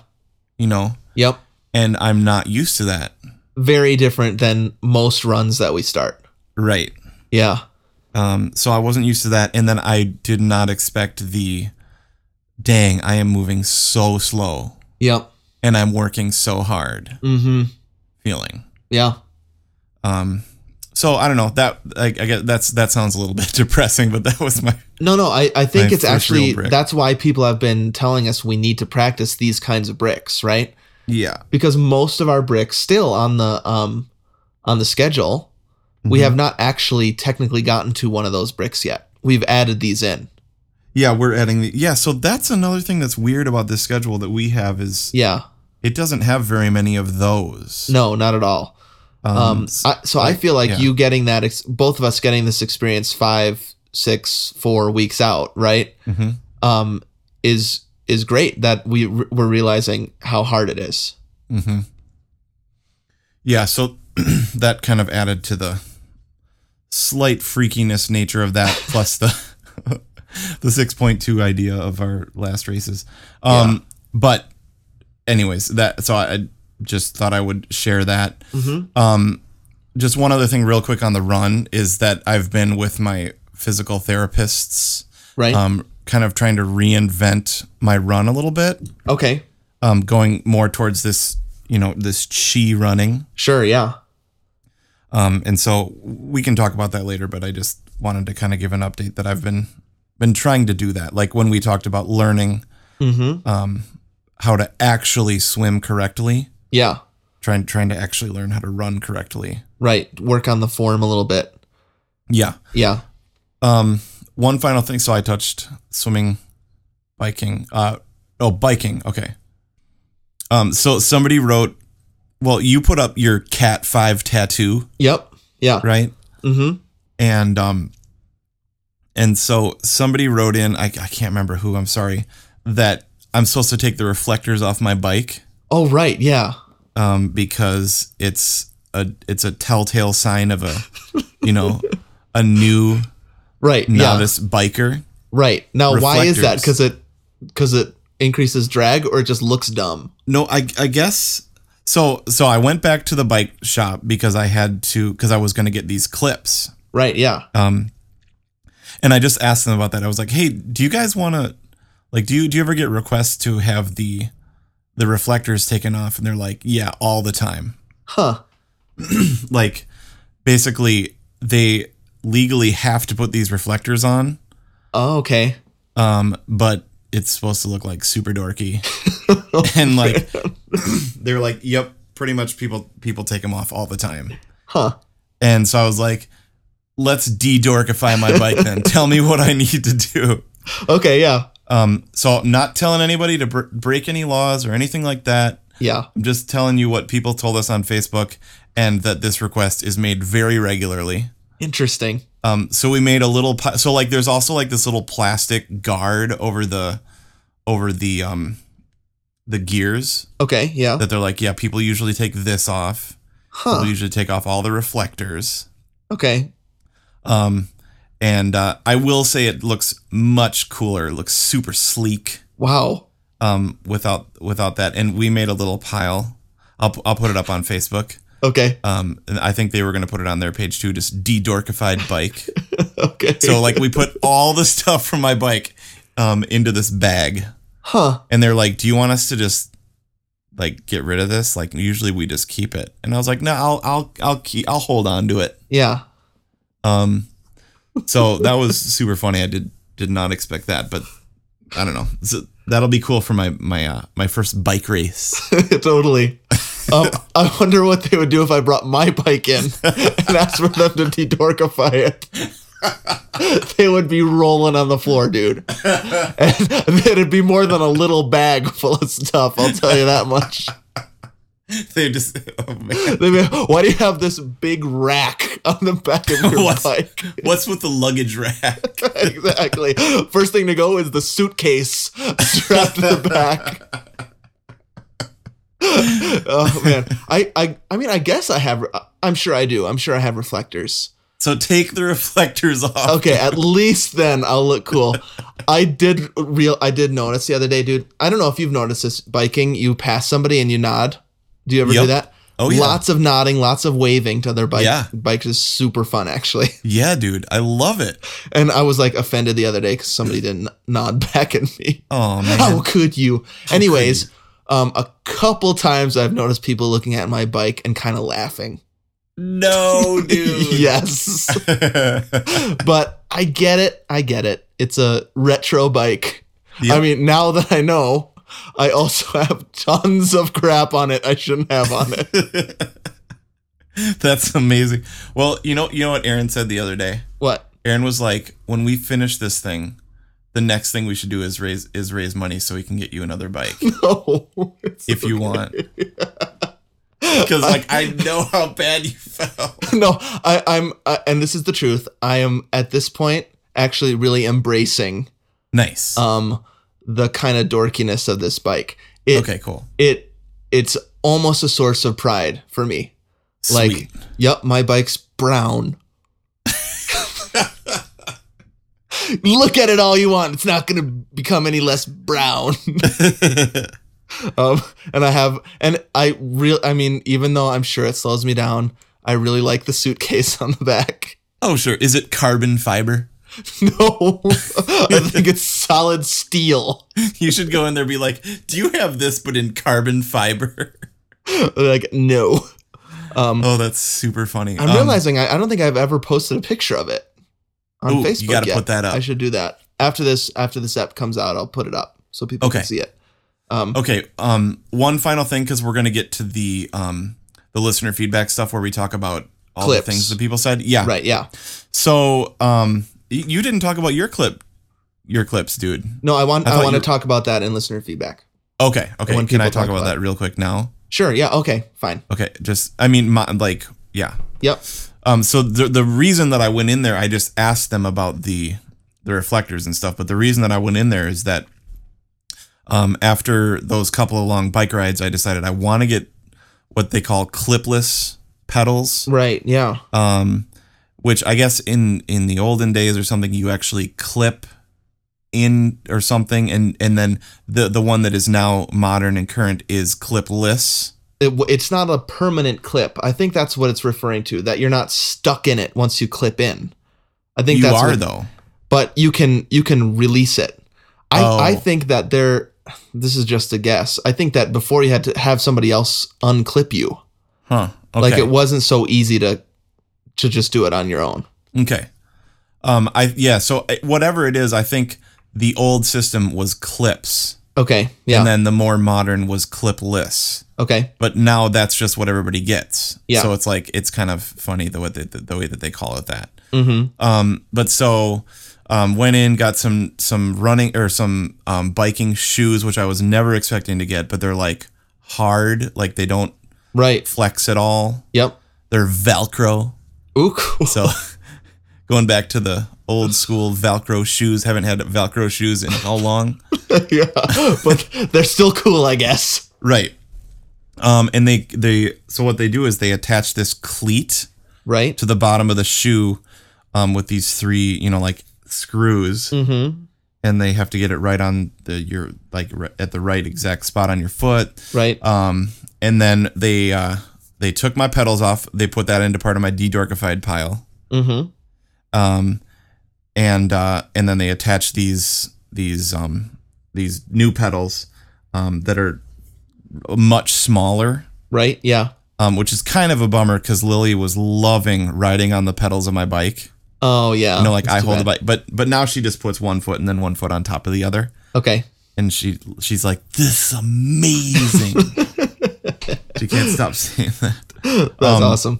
B: you know,
A: Yep.
B: and I'm not used to that.
A: Very different than most runs that we start.
B: Right.
A: Yeah.
B: Um, so I wasn't used to that, and then I did not expect the. Dang, I am moving so slow,
A: Yep.
B: and I'm working so hard.
A: Mm-hmm.
B: Feeling.
A: Yeah.
B: Um, so I don't know that. I, I guess that's that sounds a little [laughs] bit depressing, but that was my
A: No, no, I, I think
B: My
A: it's
B: first
A: actually
B: real brick.
A: that's why people have been telling us we need to practice these kinds of bricks, right?
B: yeah.
A: Because most of our bricks still on the um on the schedule, we
B: Mhm.
A: have not actually technically gotten to one of those bricks yet. We've added these in.
B: Yeah, we're adding the yeah. So that's another thing that's weird about this schedule that we have is
A: Yeah.
B: it doesn't have very many of those.
A: No, not at all. Um, I, so I feel like
B: yeah.
A: you getting that, ex- both of us getting this experience five, six, four weeks out, right?
B: mhm.
A: Um, is is great that we re- we're realizing how hard it is.
B: Mm-hmm. Yeah, so [clears throat] that kind of added to the slight freakiness nature of that, plus the [laughs] the six point two idea of our last races. Um, But, anyways, that so I I just thought I would share that.
A: Mm-hmm.
B: Um, just one other thing, real quick, on the run is that I've been with my physical therapists,
A: Right.
B: um, kind of trying to reinvent my run a little bit
A: okay.
B: um, going more towards this, you know, this chi running.
A: Sure. Yeah.
B: Um, and so we can talk about that later, but I just wanted to kind of give an update that I've been been trying to do that. Like when we talked about learning
A: Mm-hmm.
B: um, how to actually swim correctly,
A: Yeah.
B: trying trying to actually learn how to run correctly.
A: Right. Work on the form a little bit.
B: Yeah.
A: Yeah.
B: Um, one final thing. So I touched swimming, biking. Uh, oh, biking. Okay. Um, so somebody wrote, well, you put up your cat five tattoo,
A: Yep. Yeah.
B: right?
A: Mm-hmm.
B: and um and so somebody wrote in I, I can't remember who i'm sorry that i'm supposed to take the reflectors off my bike
A: Oh, right. Yeah.
B: um because it's a it's a telltale sign of a you know a new
A: Right. Yeah.
B: novice biker.
A: Right. Now, why is that?
B: Reflectors.
A: Because it because it increases drag, or it just looks dumb.
B: No, I I guess so. So I went back to the bike shop because I had to because I was going to get these clips
A: Right. Yeah.
B: Um, and I just asked them about that. I was like, "Hey, do you guys want to, like, do you do you ever get requests to have the, the reflectors taken off?" And they're like, "Yeah, all the time." [clears throat]
A: Huh.
B: Like, basically, they legally have to put these reflectors on,
A: Oh, okay.
B: um, but it's supposed to look like super dorky, and like, [clears throat] they're like, "Yep, pretty much people people take them off all the time."
A: Huh.
B: And so I was like, "Let's de-dorkify my bike then. Tell me what I need to do."
A: Okay. Yeah.
B: Um, so I'm not telling anybody to br- break any laws or anything like that.
A: Yeah.
B: I'm just telling you what people told us on Facebook and that this request is made very regularly.
A: Interesting.
B: Um, so we made a little pla- so like there's also like this little plastic guard over the over the um the gears
A: Okay. Yeah.
B: that they're like, yeah, people usually take this off. People
A: Oh. Huh.
B: usually take off all the reflectors.
A: Okay.
B: Um and uh, I will say it looks much cooler. It looks super sleek.
A: Wow.
B: um, without without that, and we made a little pile. I'll pu- I'll put it up on Facebook.
A: Okay. [laughs]
B: Um, and I think they were gonna put it on their page too, just de-dorkified bike.
A: Okay.
B: so like we put all the stuff from my bike um into this bag,
A: Huh.
B: and they're like, "Do you want us to just like get rid of this? Like usually we just keep it." And I was like, "No, I'll I'll I'll keep I'll hold on to it."
A: Yeah.
B: Um, so that was super funny. I did did not expect that, but I don't know. So that'll be cool for my my uh, my first bike race.
A: [laughs] totally. Um, I wonder what they would do if I brought my bike in and asked for them to de-dorkify it. they would be rolling on the floor, dude. And it'd be more than a little bag full of stuff. I'll tell you that much.
B: [laughs] They just oh man.
A: They'd be, Why do you have this big rack on the back of your
B: What's-
A: bike?
B: What's with the luggage rack?
A: [laughs] exactly. First thing to go is the suitcase strapped to the back.
B: [laughs]
A: oh man, I, I I mean I guess I have. I'm sure I do. I'm sure I have reflectors.
B: So take the reflectors off.
A: Okay,
B: [laughs]
A: at least then I'll look cool. I did real. I did notice the other day, dude. I don't know if you've noticed this biking. You pass somebody and you nod. Do you ever do
B: Yep.
A: that?
B: Oh yeah.
A: Lots of nodding, lots of waving to their bike.
B: Yeah.
A: Bikes is super fun actually. [laughs]
B: Yeah, dude. I love it.
A: And I was like offended the other day because somebody didn't nod back at me.
B: Oh man.
A: How could you? Anyways, um, a couple times I've noticed people looking at my bike and kind of laughing.
B: No,
A: [laughs]
B: [laughs] dude.
A: yes,
B: yeah.
A: but I get it. I get it. It's a retro bike.
B: Yep.
A: I mean, now that I know, I also [laughs] have tons of crap on it I shouldn't have on
B: [laughs]
A: it.
B: [laughs] That's amazing. Well, you know, you know what Aaron said the other day.
A: what?
B: Aaron was like, "When we finish this thing, the next thing we should do is raise is raise money so we can get you another bike
A: [laughs] No. It's-
B: if you
A: [laughs]
B: want." Because like I know how bad you
A: [laughs]
B: felt.
A: no, I, I'm, uh, and this is the truth. I am at this point actually really embracing
B: Nice.
A: um the kind of dorkiness of this bike. It
B: okay, cool.
A: it it's almost a source of pride for me. Like,
B: Sweet.
A: Yep, my bike's brown. Look at it all you want. It's not going to become any less brown. um, and I have, and I real, I mean, even though I'm sure it slows me down, I really like the suitcase [laughs] on the back.
B: oh, sure. Is it carbon fiber? [laughs]
A: No, [laughs] I think it's solid steel. [laughs]
B: You should go in there and be like, "Do you have this, but in carbon fiber?" [laughs]
A: Like, no. Um,
B: Oh, that's super funny.
A: I'm
B: Um,
A: realizing I, I don't think I've ever posted a picture of it on
B: Um, Ooh, you
A: Facebook.
B: gotta
A: yet.
B: put that up.
A: I should do that after this. After this app comes out, I'll put it up so people
B: Okay.
A: can see it. Um,
B: Okay. Um, one final thing because we're gonna get to the um the listener feedback stuff where we talk about all
A: Clips.
B: the things that people said. Yeah.
A: Right? Yeah.
B: So um, y- you didn't talk about your clip, your clips, dude.
A: No, I want.
B: I
A: I,
B: thought
A: want
B: you-
A: to talk about that in listener feedback.
B: Okay. Okay.
A: when
B: Can I
A: people
B: talk
A: talk
B: about
A: about
B: that real quick now?
A: Sure. Yeah. Okay. Fine.
B: Okay. Just I mean, my, like, yeah.
A: Yep.
B: Um, so the the reason that I went in there, I just asked them about the the reflectors and stuff. But the reason that I went in there is that um, after those couple of long bike rides, I decided I want to get what they call clipless pedals,
A: Right. Yeah.
B: um, which I guess in in the olden days or something, you actually clip in or something, and and then the the one that is now modern and current is clipless.
A: It, w- it's not a permanent clip. I think that's what it's referring to. That you're not stuck in it once you clip in. I think
B: you
A: that's
B: are
A: what-
B: though.
A: but you can you can release it. I
B: Oh.
A: I think that there. This is just a guess. I think that before you had to have somebody else unclip you.
B: Huh. Okay.
A: Like it wasn't so easy to to just do it on your own.
B: Okay. Um. I yeah. So I- whatever it is, I think the old system was clips,
A: Okay. Yeah.
B: and then the more modern was clipless.
A: okay.
B: But now that's just what everybody gets.
A: Yeah.
B: So it's like it's kind of funny the way that the way that they call it that.
A: Mm-hmm.
B: Um. But so. Um, went in, got some some running or some um, biking shoes, which I was never expecting to get, but they're like hard, like they don't
A: Right.
B: flex at all.
A: Yep.
B: They're Velcro,
A: Ooh. Cool. [laughs]
B: so [laughs] going back to the old school Velcro shoes, haven't had Velcro shoes in how long?
A: yeah. But they're still cool, I guess.
B: right. Um, and they they so what they do is they attach this cleat
A: Right.
B: to the bottom of the shoe um, with these three you know like screws,
A: Mm-hmm.
B: and they have to get it right on the your like r- at the right exact spot on your foot.
A: Right.
B: Um, and then they uh, they took my pedals off. They put that into part of my dedorkified pile.
A: mm-hmm.
B: um, and uh, and then they attach these these um, these new pedals um, that are much smaller,
A: Right. Yeah.
B: um, which is kind of a bummer because Lily was loving riding on the pedals of my bike.
A: Oh yeah.
B: You know, like
A: That's
B: I
A: too
B: hold the
A: bad.
B: bike, but but now she just puts one foot and then one foot on top of the other,
A: Okay.
B: and she she's like, "This is
A: [laughs]
B: amazing." she can't stop saying that.
A: That's
B: Um,
A: awesome.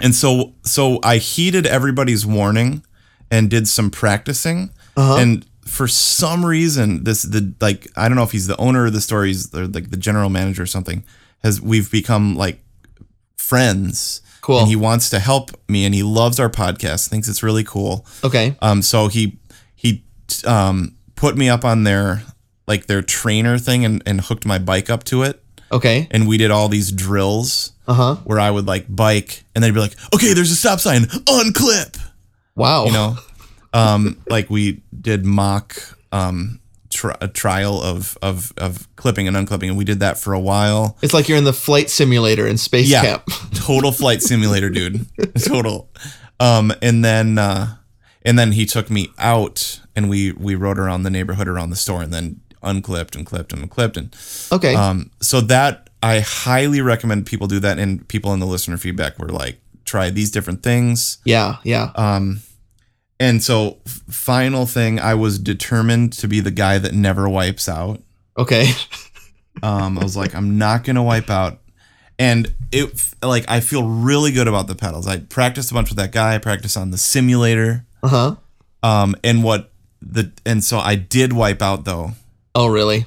B: And so so I heeded everybody's warning and did some practicing.
A: Uh-huh.
B: And for some reason, this the like I don't know if he's the owner of the store, he's or like the general manager or something. Has we've become like friends.
A: Cool.
B: And he wants to help me, and he loves our podcast, thinks it's really cool.
A: okay.
B: Um, so he he um put me up on their like their trainer thing and and hooked my bike up to it,
A: Okay.
B: and we did all these drills
A: Uh huh.
B: where I would like bike and they'd be like, okay, there's a stop sign, unclip,
A: Wow.
B: you know? um, like we did mock um, tri- a trial of, of, of clipping and unclipping and we did that for a while.
A: It's like you're in the flight simulator in space
B: Yeah.
A: camp.
B: Total flight simulator, dude. [laughs] Total. Um, and then, uh, and then he took me out and we, we rode around the neighborhood around the store and then unclipped and clipped and clipped and
A: Okay.
B: um, so that I highly recommend people do that. And people in the listener feedback were like, try these different things.
A: yeah. Yeah.
B: Um, and so f- final thing, I was determined to be the guy that never wipes out.
A: Okay. [laughs]
B: Um, I was like, I'm not going to wipe out. And it f- like, I feel really good about the pedals. I practiced a bunch with that guy. I practiced on the simulator.
A: Uh huh.
B: Um, and what the, and so I did wipe out though,
A: Oh really?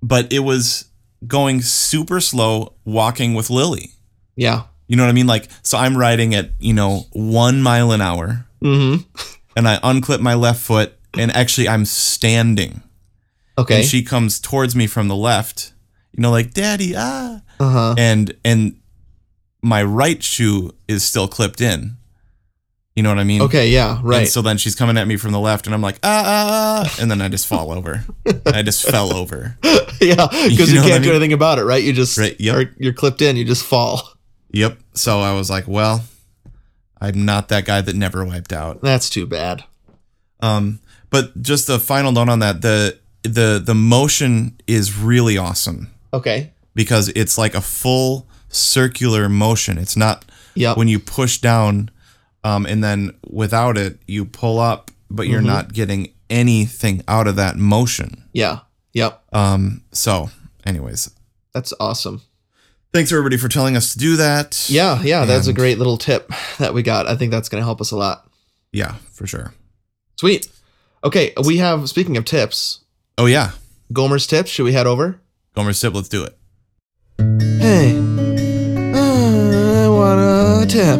B: but it was going super slow walking with Lily.
A: Yeah.
B: You know what I mean? Like, so I'm riding at, you know, one mile an hour
A: Mm-hmm.
B: and I unclip my left foot and actually I'm standing.
A: Okay.
B: And she comes towards me from the left, you know, like, Daddy, ah.
A: uh huh.
B: And, and my right shoe is still clipped in. You know what I mean?
A: Okay. Yeah.
B: And
A: Right.
B: so then she's coming at me from the left and I'm like, ah, ah, ah. And then I just fall over. I just fell over.
A: [laughs] yeah. Because
B: You
A: you,
B: know what
A: can't
B: I
A: do
B: mean?
A: anything about it, right? You just
B: Right, yep.
A: are, you're clipped in. You just fall. [laughs]
B: Yep. So I was like, well, I'm not that guy that never wiped out.
A: That's too bad.
B: Um, but just a final note on that the the the motion is really awesome
A: Okay.
B: because it's like a full circular motion. It's not
A: Yep.
B: Uh, when you push down, um, and then without it you pull up, but you're not getting anything out of that motion.
A: yeah. Yep.
B: Um, so, anyways,
A: That's awesome.
B: thanks everybody for telling us to do that.
A: Yeah. Yeah. That's a
B: And-
A: great little tip that we got. I think that's going to help us a lot.
B: yeah, for sure.
A: Sweet. Okay. We have, speaking of tips,
B: Oh yeah,
A: Gomer's tips. Should we head over?
B: Gomer Sip, let's do it.
A: Hey, I want a tip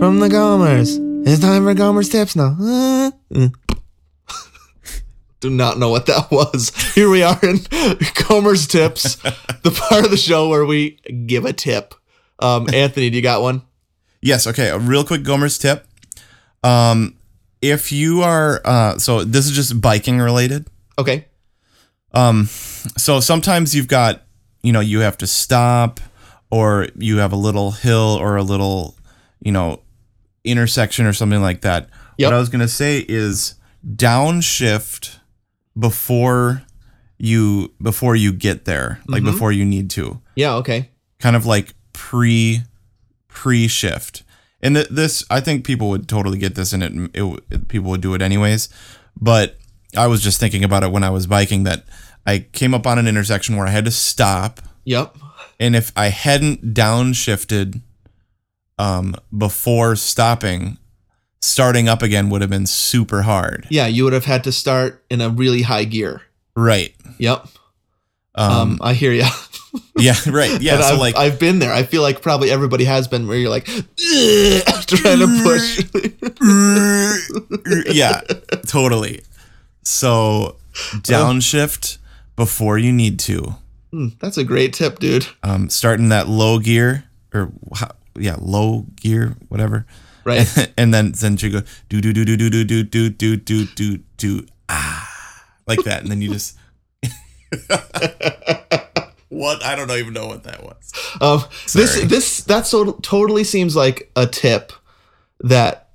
A: from the Gomers. It's time for Gomers tips now. Uh, uh. [laughs] Do not know what that was. Here we are in Gomers tips, the part of the show where we give a tip. Um, Anthony, do you got one?
B: Yes. Okay. A real quick Gomer's tip. Um, if you are, uh, so this is just biking related.
A: Okay.
B: Um, so sometimes you've got, you know, you have to stop, or you have a little hill or a little, you know, intersection or something like that.
A: Yep.
B: What I was gonna say is downshift before you before you get there, like
A: Mhm.
B: before you need to
A: Yeah. Okay.
B: kind of like pre pre shift. And th- this, I think people would totally get this, and it, it, w- it- people would do it anyways. But I was just thinking about it when I was biking that I came up on an intersection where I had to stop,
A: Yep.
B: and if I hadn't downshifted um, before stopping, starting up again would have been super hard.
A: Yeah. You would have had to start in a really high gear.
B: Right.
A: Yep.
B: Um,
A: Um, I hear you.
B: yeah. [laughs] Right. Yeah.
A: And
B: so
A: I've,
B: like
A: I've been there. I feel like probably everybody has been where you're like [laughs] trying to
B: [laughs]
A: push.
B: yeah, totally. So downshift before you need to.
A: Hmm, That's a great tip, dude.
B: Um, start in that low gear or ho- yeah, low gear, whatever. [laughs]
A: Right.
B: and then then you go do do do do do do do do do do do do ah like that, and then you just [laughs] what I don't even know what that was.
A: Um, this
B: Sorry.
A: this that so totally seems like a tip that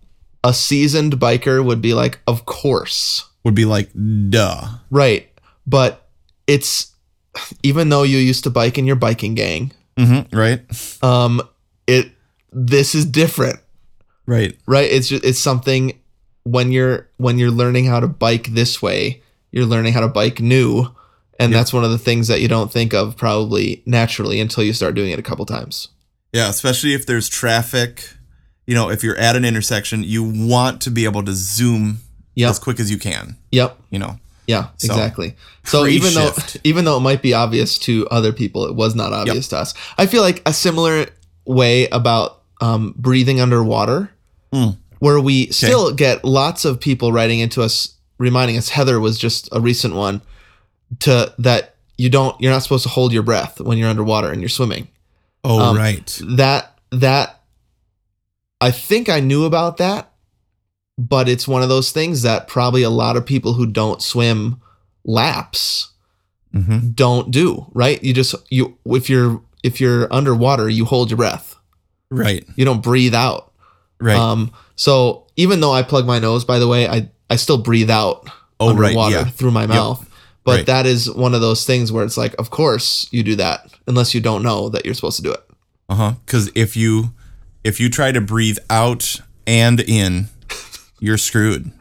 A: a seasoned biker would be like, of course,
B: Would be like duh.
A: right? But it's even though you used to bike in your biking gang,
B: Mm-hmm, right.
A: um, it this is different,
B: Right.
A: right? It's just, it's something when you're when you're learning how to bike this way, you're learning how to bike new, and
B: Yep.
A: that's one of the things that you don't think of probably naturally until you start doing it a couple times.
B: Yeah, especially if there's traffic. You know, if you're at an intersection, you want to be able to zoom
A: Yep.
B: as quick as you can.
A: Yep.
B: You know,
A: Yeah,
B: So,
A: exactly. So even though
B: pre-shift.
A: [laughs] even though it might be obvious to other people, it was not obvious to us. I feel like a similar way about um, breathing underwater,
B: Mm.
A: where we still get lots of people writing into us, reminding us. Heather was just a recent one to that you don't you're not supposed to hold your breath when you're underwater and you're swimming.
B: oh
A: Um,
B: right,
A: That that I think I knew about that, but it's one of those things that probably a lot of people who don't swim lapse
B: mm-hmm.
A: don't do right you just you if you're if you're underwater you hold your breath
B: right,
A: you don't breathe out
B: right.
A: um so even though i plug my nose by the way i i still breathe out
B: oh right,
A: underwater
B: yeah,
A: through my mouth but
B: Right.
A: that is one of those things where it's like of course you do that unless you don't know that you're supposed to do it [laughs]
B: uh huh. Because if you if you try to breathe out and in, you're screwed.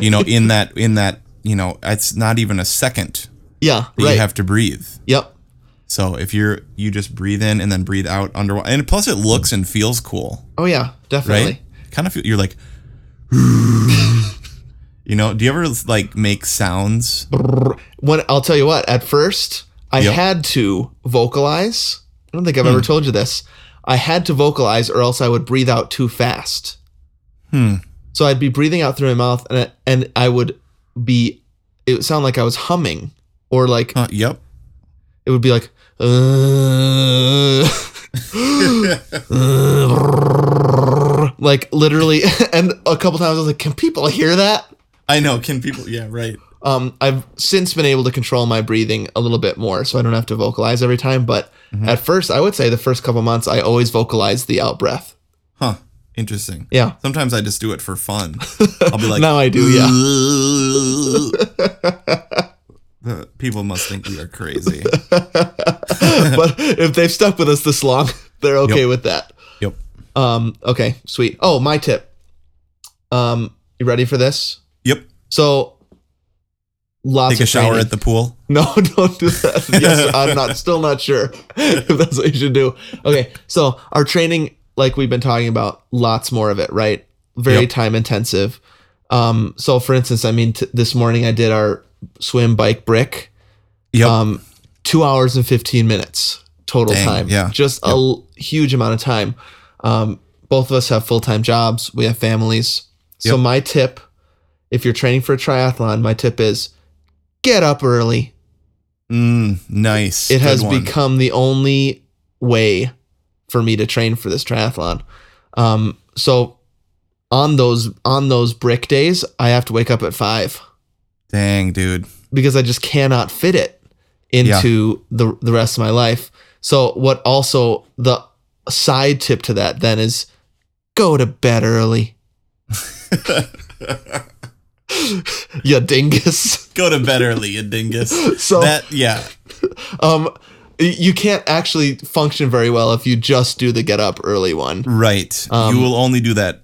B: You know, in that in that you know, it's not even a second
A: yeah
B: that
A: right
B: you have to breathe.
A: yep
B: So if you're you just breathe in and then breathe out underwater, and plus it looks and feels cool.
A: oh yeah definitely
B: right? Kind of feel you're like, [laughs] you know. Do you ever like make sounds?
A: when I'll tell you what, at first I
B: Yep. Hmm.
A: had to vocalize. I don't think I've ever told you this. I had to vocalize or else I would breathe out too fast.
B: Hmm.
A: So I'd be breathing out through my mouth and I, and I would be it would sound like I was humming or like
B: Huh, yep.
A: it would be like uh,
B: [laughs]
A: [laughs] uh, like literally [laughs] and a couple times I was like can people hear that?
B: I know. Can people? Yeah. Right.
A: Um, I've since been able to control my breathing a little bit more, so I don't have to vocalize every time. But
B: Mm-hmm.
A: at first, I would say the first couple months, I always vocalized the out breath.
B: Huh. Interesting. [laughs]
A: Yeah. [laughs]
B: Sometimes I just do it for fun. I'll be like,
A: Now I do, yeah.
B: yeah. [laughs] the people must think we are crazy.
A: but if they've stuck with us this long, [laughs] they're okay
B: Yep.
A: with that.
B: Yep.
A: Um, okay, sweet. Oh, my tip. Um, you ready for this?
B: Yep.
A: So, lots
B: Take a
A: of
B: shower
A: training.
B: at the pool.
A: [laughs] No, don't do that.
B: [laughs]
A: Yes, I'm not still not sure if that's what you should do. Okay, so our training, like we've been talking about, lots more of it, right? Very
B: Yep.
A: time intensive. Um, so for instance, I mean, t- this morning I did our swim, bike, brick,
B: Yep.
A: um, two hours and fifteen minutes total
B: Dang,
A: time.
B: yeah.
A: just a l- huge amount of time. Um, both of us have full time jobs. We have families. So
B: Yep.
A: my tip, if you're training for a triathlon, my tip is get up early
B: mm, nice.
A: it has
B: Good one.
A: become the only way for me to train for this triathlon. Um, so on those on those brick days, I have to wake up at five
B: Dang, dude.
A: because I just cannot fit it into the the rest of my life. So what also the side tip to that then is go to bed early. [laughs] yeah, dingus.
B: Go to bed early, you dingus.
A: [laughs] So
B: that yeah,
A: um you can't actually function very well if you just do the get up early one.
B: right.
A: Um,
B: you will only do that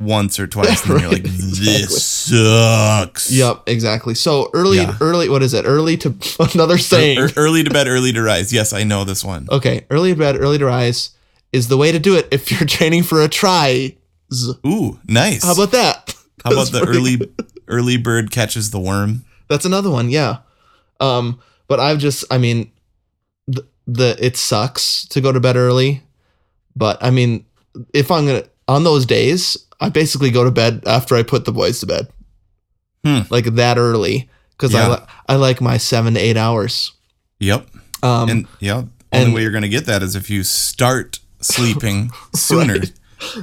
B: once or twice, and
A: [laughs]
B: then you're like, "This sucks."
A: Yep, exactly. So early
B: Yeah.
A: early what is it? Early to [laughs] another saying.
B: Ear- early to bed, early to rise. Yes, I know this one.
A: Okay, early to bed, early to rise is the way to do it if you're [laughs] training for a try.
B: Ooh, nice.
A: How about that?
B: How about
A: That's
B: the
A: pretty
B: early
A: [laughs]
B: early bird catches the worm?
A: That's another one, yeah. Um, but I've just, I mean, the, the it sucks to go to bed early, but I mean, if I'm gonna on those days, I basically go to bed after I put the boys to bed,
B: Hmm.
A: like that early, because
B: Yeah.
A: I li- I like my seven to eight hours.
B: Yep.
A: Um,
B: and yeah, only
A: and-
B: way you're gonna get that is if you start
A: [laughs]
B: sleeping sooner.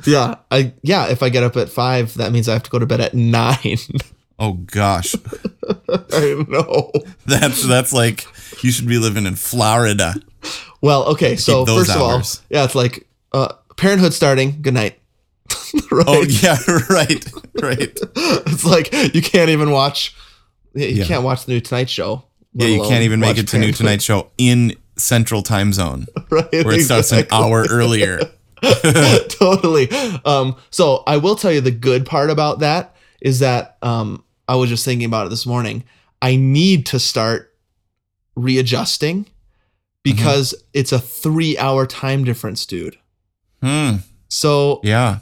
A: yeah, I yeah, if I get up at five, that means I have to go to bed at nine. [laughs]
B: Oh gosh, [laughs]
A: I know.
B: that's that's like you should be living in Florida.
A: Well, okay, so
B: those
A: first of all,
B: hours.
A: yeah, it's like uh, parenthood starting. Good night. [laughs] right?
B: Oh yeah, [laughs] right,
A: [laughs]
B: right.
A: it's like you can't even watch. You
B: Yeah.
A: can't watch the new Tonight Show.
B: Yeah,
A: let
B: you
A: alone
B: can't even make
A: watch
B: it to New Tonight Show in Central Time Zone,
A: Parenthood, [laughs] right?
B: [laughs] where it starts an
A: Exactly.
B: hour earlier.
A: [laughs]
B: [laughs]
A: totally. Um, so I will tell you the good part about that is that um, I was just thinking about it this morning. I need to start readjusting
B: Mm-hmm.
A: because it's a three-hour time difference, dude.
B: Hmm.
A: So
B: Yeah.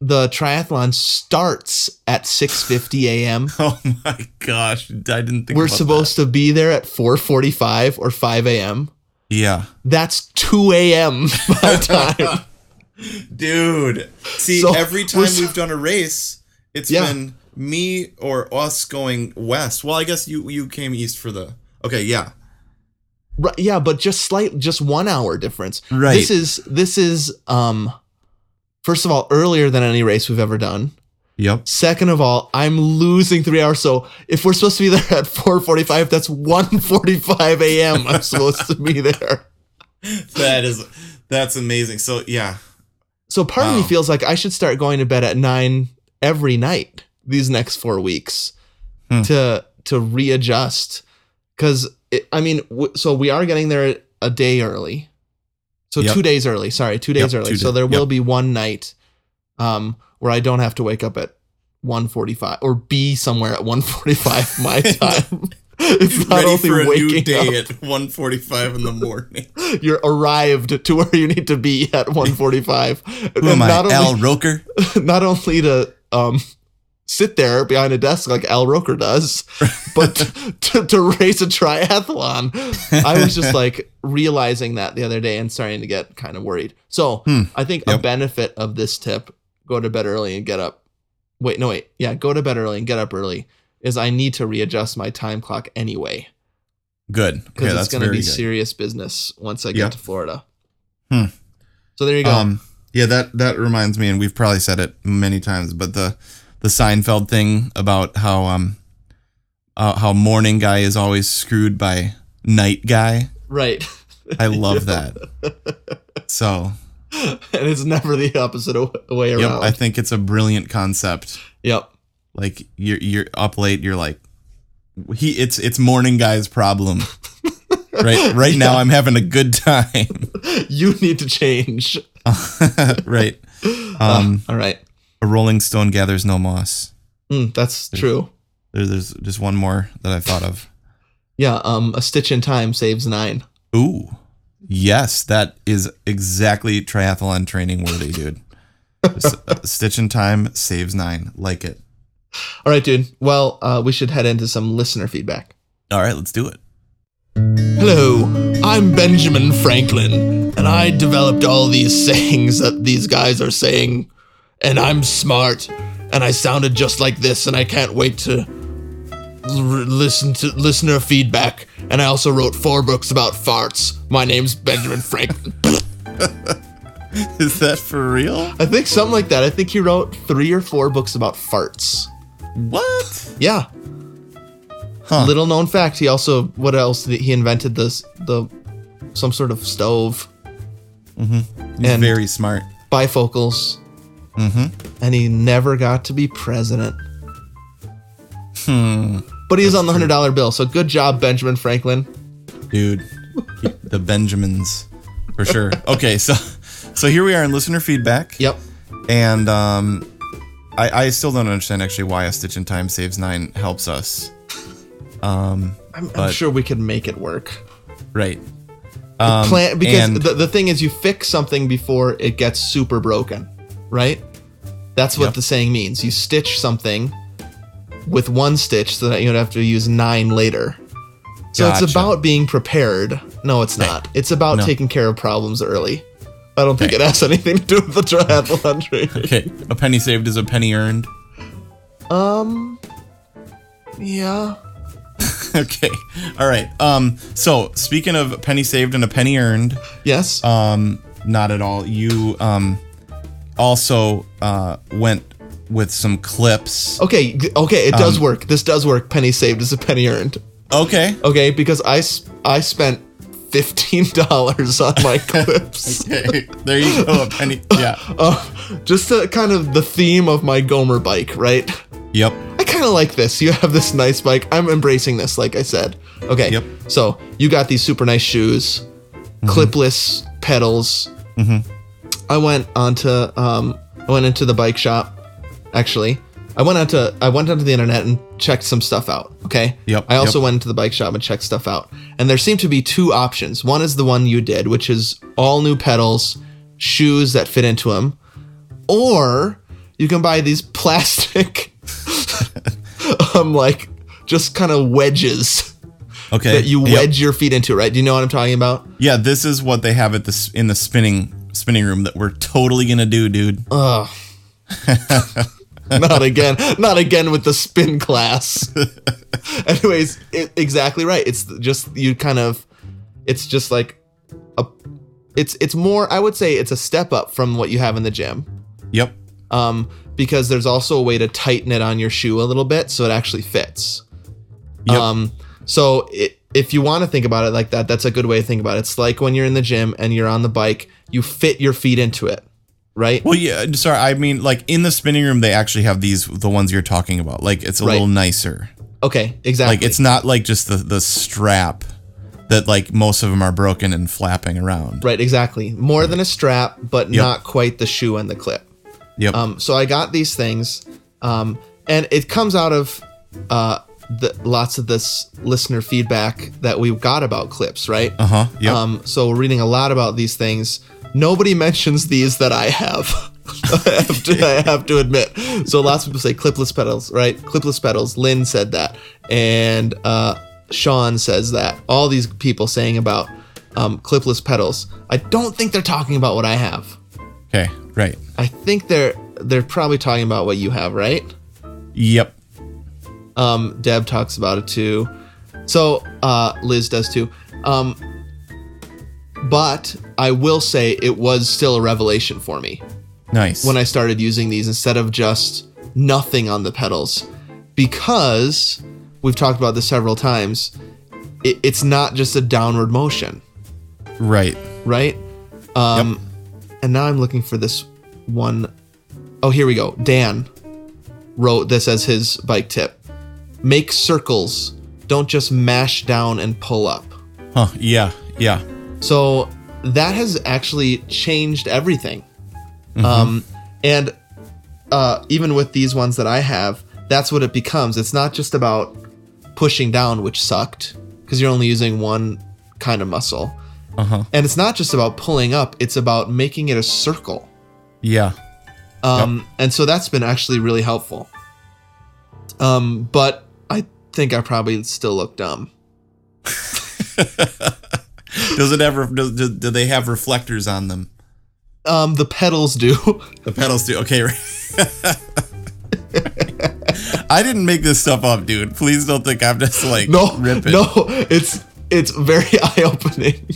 A: the triathlon starts at 6:50 a.m.
B: Oh my gosh, I didn't [laughs] think
A: We're
B: about that.
A: supposed to be there at 4:45 or 5 a.m.
B: Yeah.
A: That's 2 [laughs] a.m. by time.
B: Dude, see,
A: So,
B: every time
A: we're so-
B: we've done a race, it's
A: Yeah.
B: been me or us going west. Well, I guess you you came east for the. Okay, yeah,
A: right, yeah, but just slight, just one hour difference.
B: Right.
A: This is this is um, first of all, earlier than any race we've ever done.
B: yep,
A: Second of all, I'm losing three hours. So if we're supposed to be there at 4:45, that's 1:45 a.m. I'm supposed to be there.
B: that is that's amazing. So yeah,
A: So part of me
B: Wow.
A: feels like I should start going to bed at nine every night these next four weeks
B: Hmm.
A: to to readjust. Because I mean, w- so we are getting there a day early, so
B: Yep.
A: two days early. Sorry, two days
B: Yep,
A: early.
B: two
A: so
B: day-
A: there
B: yep.
A: will be one night um, where I don't have to wake up at one forty-five or be somewhere at one
B: [laughs]
A: forty-five my time. it's [laughs] not
B: ready
A: only
B: for a new
A: waking
B: day at 1.45 in the morning.
A: up; you're arrived to where you need to be at one forty-five.
B: Who am I, Al Roker?
A: [laughs] not only to um, sit there behind a desk like Al Roker
B: [laughs]
A: does, but to, to race a triathlon.
B: [laughs]
A: I was just like realizing that the other day and starting to get kind of worried. So
B: Hmm.
A: I think a
B: Yep.
A: benefit of this tip go to bed early and get up. Wait, no, wait. Yeah, go to bed early and get up early is I need to readjust my time clock anyway
B: Good. Okay,
A: because
B: that's
A: it's going to
B: very
A: be
B: good.
A: serious business once I get
B: Yeah.
A: to Florida.
B: Hmm.
A: So there you go.
B: Um, yeah, that that reminds me, and we've probably said it many times, but the the Seinfeld thing about how um uh, how morning guy is always screwed by night guy.
A: right. [laughs]
B: I love that. So
A: and it's never the opposite o- way around.
B: yep, I think it's a brilliant concept.
A: Yep. [laughs]
B: Like you're you're up late, you're like he it's it's morning
A: [laughs]
B: guy's problem. right right now I'm having a good time. [laughs]
A: You need to change. Ah,
B: right. Um
A: All right.
B: a rolling stone gathers no moss.
A: Mm, that's true.
B: There, there's just one more that I thought of.
A: Yeah. Um, a stitch in time saves nine.
B: Ooh. Yes, that is exactly triathlon training worthy, dude. Just, uh, Stitch in time saves nine. Like it.
A: All right, dude. Well, uh, we should head into some listener feedback.
B: All right, let's do it. [laughs]
A: Hello, I'm Benjamin Franklin, and I developed all these [laughs] sayings that these guys are saying, and I'm smart, and I sounded just like this, and I can't wait to l- listen to listener feedback. And I also wrote four books about farts. My name's Benjamin Franklin.
B: Is that for real?
A: I think something like that. I think he wrote three or four books about farts.
B: What?
A: Yeah.
B: Huh.
A: Little known fact. He also what else did he, he invented this the some sort of stove,
B: He's
A: And-
B: very smart.
A: bifocals. Mm-hmm. And he never got to be president. Hmm. But he's on the hundred dollar bill, so good job, Benjamin Franklin.
B: Dude, keep the Benjamins for sure. Okay, so so here we are in listener feedback.
A: Yep.
B: And um I, I still don't understand actually why a stitch in time saves nine helps us.
A: I'm, I'm
B: But-
A: sure we could make it work.
B: Right. Um,
A: Plan because
B: and-
A: the, the thing is you fix something before it gets super broken, right? That's what
B: Yep.
A: the saying means. You stitch something with one stitch so that you don't have to use nine later. So it's
B: Gotcha.
A: about being prepared. No, it's not. It's about
B: No.
A: taking care of problems early. I don't think
B: Right.
A: it has [laughs] anything to do with the triathlon [laughs] training.
B: Okay. A penny saved is a penny earned.
A: yeah.
B: [laughs] okay. All right. Um so speaking of penny saved and a penny earned,
A: Yes.
B: um not at all. You um also uh went with some clips.
A: okay. g- Okay. It
B: um,
A: does work. This does work. Penny saved is a penny earned.
B: Okay.
A: Okay, because I s- I spent fifteen [laughs] dollars on
B: [laughs]
A: my clips.
B: Okay, [laughs] there you go, a penny. Yeah.
A: Uh, just the kind of the theme of my Gomer bike, right?
B: Yep.
A: I kind of like this. You have this nice bike. I'm embracing this, like I said. Okay.
B: Yep.
A: So you got these super nice shoes, clipless pedals. I went onto um, I went into the bike shop. Actually, I went onto I went onto the internet and checked some stuff out. Okay.
B: Yep,
A: I also
B: yep.
A: went into the bike shop and checked stuff out, and there seemed to be two options. One is the one you did, which is all new pedals, shoes that fit into them, or you can buy these [laughs] plastic, [laughs] um, like just kind of wedges
B: Okay.
A: that you
B: Yep.
A: wedge your feet into, right? Do you know what I'm talking about?
B: Yeah, this is what they have at this in the spinning spinning room that we're totally gonna do, dude.
A: [laughs] not again not again with the spin
B: [laughs]
A: class anyways it, exactly right it's just you kind of it's just like a it's it's more i would say it's a step up from what you have in the gym
B: yep.
A: um because there's also a way to tighten it on your shoe a little bit so it actually fits
B: Yep.
A: um so it, if you want to think about it like that that's a good way to think about it it's like when you're in the gym and you're on the bike you fit your feet into it right
B: well, yeah. Sorry, I mean, like in the spinning room, they actually have these the ones you're talking about. Like it's a
A: Right.
B: little nicer.
A: okay exactly
B: Like it's not like just the the strap that like most of them are broken and flapping around.
A: Right, exactly. More than a strap, but not quite the shoe and the clip.
B: Yep.
A: Um, so I got these things, um, and it comes out of uh, the, lots of this listener feedback that we got about clips, right?
B: uh huh. Yep.
A: Um, so we're reading a lot about these things. Nobody [laughs] mentions these that I have. [laughs] I, have to, I have to admit. So lots of people say clipless pedals, right? Clipless pedals. Lynn said that, and uh, Sean says that. All these people saying about um, clipless pedals. I don't think they're talking about what I have.
B: okay. Right.
A: I think they're they're probably talking about what you have, right?
B: Yep.
A: Um, Deb talks about it too. So uh, Liz does too. Um, but I will say it was still a revelation for me
B: Nice.
A: when I started using these instead of just nothing on the pedals because we've talked about this several times. It, it's not just a downward motion,
B: right.
A: right? Um, And now I'm looking for this one oh here we go. Dan wrote this as his bike tip. Make circles. Don't just mash down and pull up.
B: Huh. Yeah. Yeah.
A: So that has actually changed everything. Um, and uh, even with these ones that I have, that's what it becomes. It's not just about pushing down, which sucked, because you're only using one kind of muscle.
B: Uh huh.
A: And it's not just about pulling up, it's about making it a circle.
B: Yeah.
A: Um, And so that's been actually really helpful. Um, but I think I probably still look dumb.
B: Does it ever? Does, do, do they have reflectors on them?
A: Um, the pedals do. [laughs]
B: The pedals do. Okay, [laughs] right. I didn't make this stuff up, dude. Please don't think I'm just like
A: no, [laughs]
B: ripping.
A: no, it's it's very eye opening.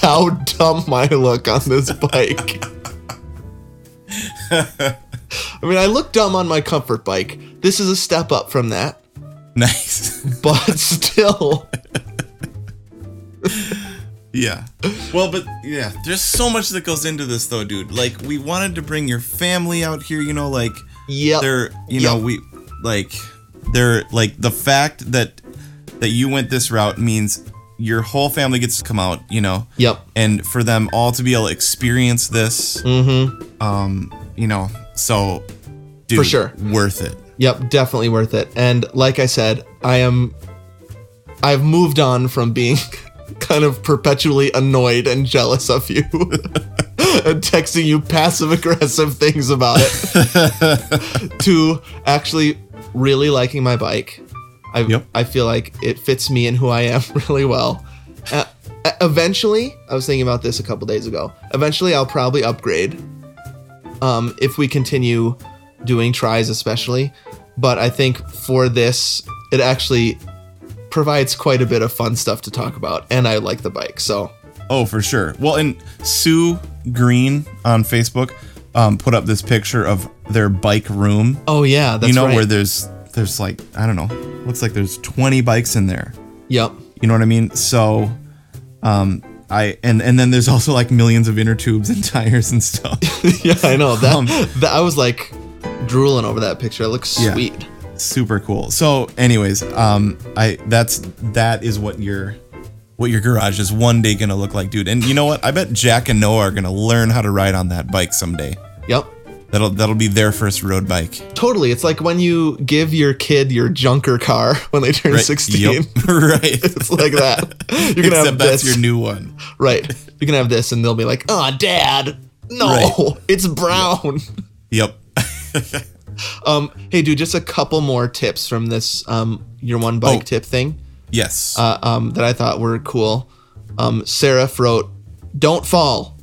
A: how dumb my look on this bike. I mean, I look dumb on my comfort bike. This is a step up from that,
B: Nice.
A: but [laughs] still,
B: Yeah. Well, but yeah, there's so much that goes into this though, dude. Like we wanted to bring your family out here, you know, like
A: yep.
B: they're you know,
A: Yep.
B: we like they're like the fact that that you went this route means your whole family gets to come out, you know.
A: Yep.
B: And for them all to be able to experience this,
A: Mm-hmm.
B: um, you know, so dude,
A: For sure.
B: worth it.
A: Yep, definitely worth it. And like I said, I am I've moved on from being [laughs] kind of perpetually annoyed and jealous of you [laughs] and texting you passive aggressive things about it to actually really liking my bike. I
B: Yep.
A: I feel like it fits me and who I am [laughs] really well. Uh, e- eventually, I was thinking about this a couple days ago. Eventually, I'll probably upgrade um, if we continue doing tries, especially. But I think for this, it actually provides quite a bit of fun stuff to talk about, and I like the bike. So
B: Oh, for sure. Well, and Sue Green on Facebook um, put up this picture of their bike room.
A: oh yeah, that's
B: you know
A: right.
B: where there's there's like I don't know, looks like there's 20 bikes in there. [laughs]
A: yep.
B: You know what I mean? So, um, I and and then there's also like millions of inner tubes and [laughs] tires
A: [laughs]
B: and stuff.
A: yeah, I know that,
B: Um,
A: that. I was like drooling over that picture. It looks
B: Yeah.
A: sweet.
B: Super cool. So, anyways, um, I that's that is what your what your garage is one day gonna look like, dude. And you know what? I bet Jack and Noah are gonna learn how to ride on that bike someday.
A: Yep.
B: That'll that'll be their first road bike.
A: Totally. It's like when you give your kid your junker car [laughs] when they turn 16.
B: Yep. [laughs] right.
A: [laughs] It's like that. You're gonna
B: Except
A: have
B: that's
A: this.
B: your new one.
A: right. You can have this, and they'll be like, "Oh, Dad, no,
B: Right.
A: it's brown."
B: Yep.
A: Um, hey, dude, just a couple more tips from this um, your one bike
B: Oh.
A: tip thing
B: [laughs] yes.
A: uh, um, that I thought were cool. Um, Seraph wrote, "Don't fall."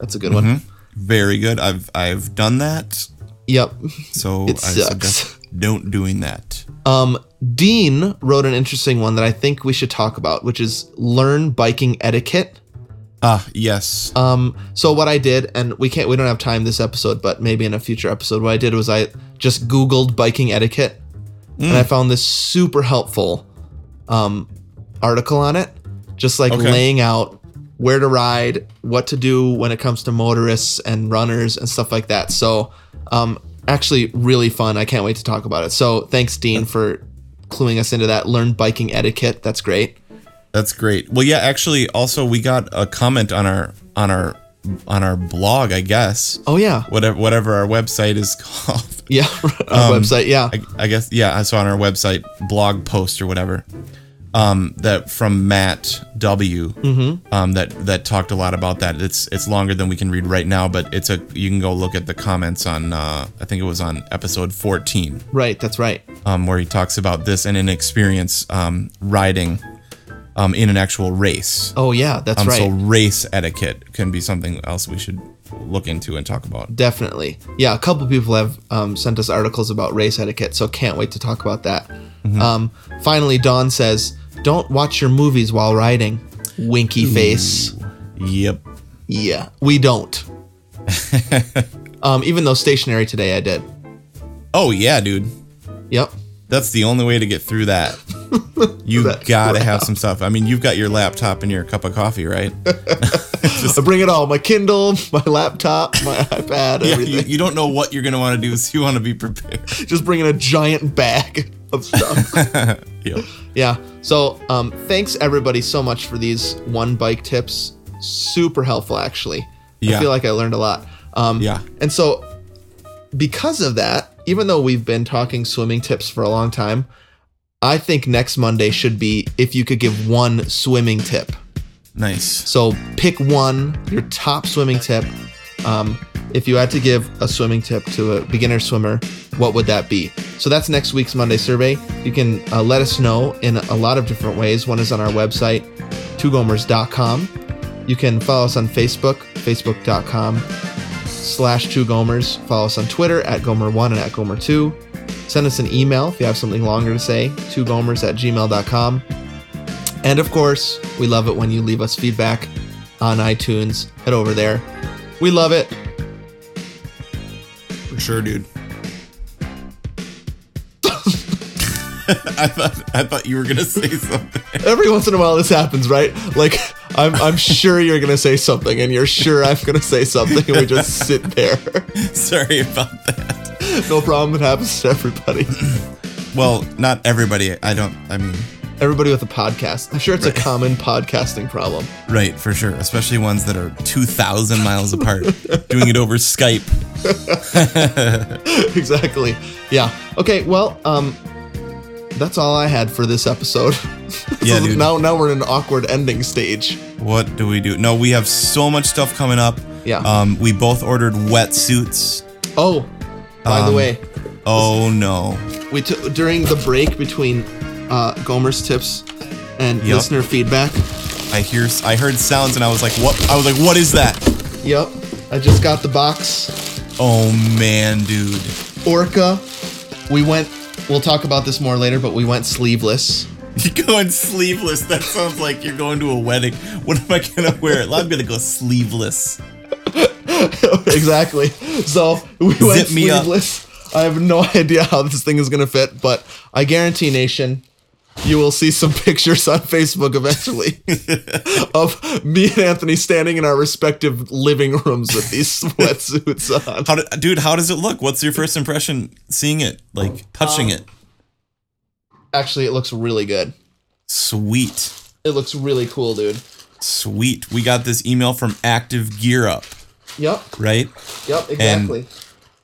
A: That's a good one.
B: Very good. I've I've done that.
A: Yep. [laughs]
B: So
A: It
B: I
A: sucks.
B: suggest don't doing that.
A: Um, Dean wrote an interesting one that I think we should talk about, which is learn biking etiquette.
B: Ah, yes.
A: Um, so what I did, and we can't, we don't have time this episode, but maybe in a future episode, what I did was I just Googled biking etiquette, and I
B: Mm.
A: found this super helpful um, article on it, just like
B: Okay.
A: laying out where to ride, what to do when it comes to motorists and runners and stuff like that. So, um, actually, really fun. I can't wait to talk about it. So, thanks, Dean, for cluing us into that. Learn biking etiquette. That's great.
B: That's great. Well, yeah, actually also we got a comment on our on our on our blog, I guess.
A: Oh yeah, [laughs]
B: Whatever whatever our website is [laughs] called.
A: yeah. Our website, yeah.
B: Um, I, I guess yeah, I saw on our website blog post or whatever. Um, that from Matt W.
A: Mm-hmm.
B: Um, that that talked a lot about that. It's it's longer than we can read right now, but it's a you can go look at the comments on uh, I think it was on episode 14
A: right. That's right.
B: um, where he talks about this and an experience um, riding um, in an actual race.
A: Oh yeah, that's
B: Um,
A: right.
B: So race etiquette can be something else we should look into and talk about.
A: Definitely. Yeah, a couple people have um, sent us articles about race etiquette, so can't wait to talk about that.
B: Mm-hmm.
A: Um, finally, Dawn says, "Don't watch your movies while riding." Winky face.
B: Yep.
A: Yeah, we don't.
B: [laughs]
A: um, even though stationary today, I did.
B: Oh yeah, dude.
A: Yep.
B: That's the only way to get through that. You
A: That
B: gotta have some stuff. I mean, you've got your laptop and your cup of coffee, right? [laughs]
A: I bring it all. My Kindle, [laughs] my laptop,
B: [laughs]
A: my iPad,
B: Yeah,
A: everything.
B: you, you don't know what you're gonna want to do, [laughs] so you want to be prepared.
A: Just bringing a giant bag of stuff.
B: Yep.
A: Yeah. So um, thanks everybody so much for these one bike tips. Super helpful, actually. I
B: Yeah.
A: feel like I learned a lot. Um,
B: Yeah.
A: And so because of that, even though we've been talking swimming tips for a long time, I think next Monday should be if you could give one swimming tip.
B: Nice.
A: So pick one, your top swimming tip. Um, if you had to give a swimming tip to a beginner swimmer, what would that be? So that's next week's Monday survey. You can uh, let us know in a lot of different ways. One is on our website, twogomers.com. You can follow us on Facebook, facebook.com slash two gomers. Follow us on Twitter at gomer1 and at gomer2. Send us an email if you have something longer to say, two gomers at gmail.com. And of course, we love it when you leave us feedback. on iTunes. Head over there. We love it.
B: For sure, dude. [laughs] I thought I thought you were gonna say something.
A: Every once in a while, this happens, right? Like, I'm, I'm sure you're going to say something, and you're sure I'm going to say something, and we just sit there.
B: [laughs] Sorry about that.
A: no problem. It happens to everybody.
B: Well, not everybody. I don't. I mean,
A: Everybody with a podcast. I'm sure it's
B: Right.
A: a common podcasting problem. [laughs]
B: right for sure. Especially ones that are two thousand miles [laughs] apart, doing it over Skype.
A: exactly. Yeah. Okay. Well, um, that's all I had for this episode. [laughs]
B: Yeah, dude.
A: now now we're in an awkward ending stage.
B: What do we do? No, we have so much stuff coming up.
A: Yeah.
B: Um, we both ordered wetsuits.
A: Oh, by
B: Um,
A: the way,
B: Oh no.
A: we took during the break between uh, Gomer's tips and
B: Yep.
A: listener feedback.
B: I hear. I heard sounds, and I was like, "What?" I was like, "What is that?"
A: Yep. I just got the box.
B: Oh man, dude. [laughs]
A: Orca. We went. We'll talk about this more later, but we went sleeveless. [laughs]
B: You're going sleeveless. That sounds like you're going to a wedding. What am I gonna wear? I'm gonna go sleeveless.
A: exactly. So we went
B: Zip me up.
A: sleeveless. I have no [laughs] idea how this thing is gonna fit, but I guarantee, Nation, you will see some [laughs] pictures on Facebook
B: [laughs]
A: eventually of me and Anthony standing in our respective living rooms with these [laughs] sweatsuits on.
B: How, do, dude? How does it look? What's your first impression seeing it?
A: Oh.
B: Like touching it?
A: Actually, it looks really good.
B: Sweet,
A: It looks really cool, dude.
B: sweet. We got this email from Active Gear Up,
A: Yep,
B: right?
A: yep, exactly.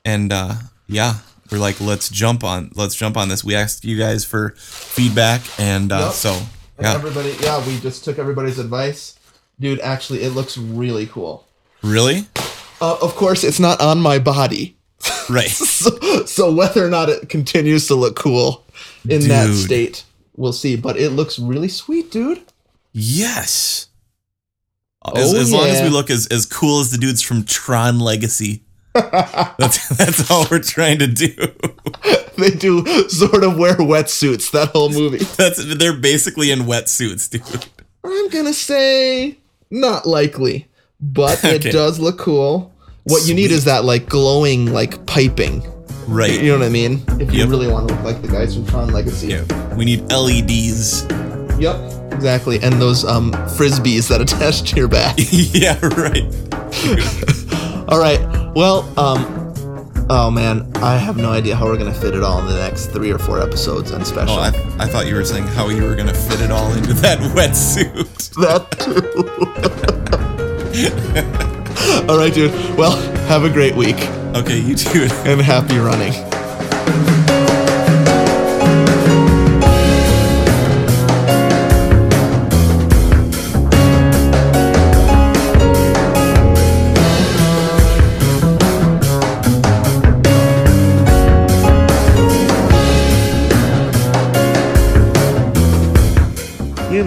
B: And uh, yeah, we're like, let's jump on, let's jump on this. We asked you guys for feedback, and uh,
A: Yep.
B: so
A: And
B: yeah,
A: Everybody, yeah, we just took everybody's advice. Dude, actually, it looks really cool. [laughs]
B: really,
A: Uh, of course, it's not on my body. [laughs]
B: right?
A: so, so whether or not it continues to look cool in that
B: Dude.
A: state, we'll see. But it looks really sweet, dude. [laughs]
B: Yes. As,
A: Oh,
B: as long as
A: yeah.
B: we look as, as cool as the dudes from
A: [laughs]
B: Tron Legacy. that's, that's all we're trying to do. [laughs]
A: They do sort of wear wetsuits that whole movie.
B: That's they're basically in wetsuits, dude.
A: I'm gonna say not likely, but it
B: [laughs] Okay.
A: does look cool. What you need
B: Sweet.
A: is that like glowing like piping.
B: Right.
A: You know what I mean? If you
B: Yep.
A: really want to look like the guys from Tron Legacy.
B: Yeah. We need E LEDs.
A: Yep. Exactly. And those um frisbees that [laughs] attach to your back.
B: [laughs] yeah, right.
A: All right. Well, um, oh man, I have no idea how we're gonna fit it all in the next three or four episodes and special. [laughs]
B: Oh, I, I thought you were saying how you were gonna fit it all into that [laughs] wetsuit. [laughs]
A: that too. [laughs] all right, dude. Well, have a great week
B: Okay, you too.
A: and happy running.
C: You've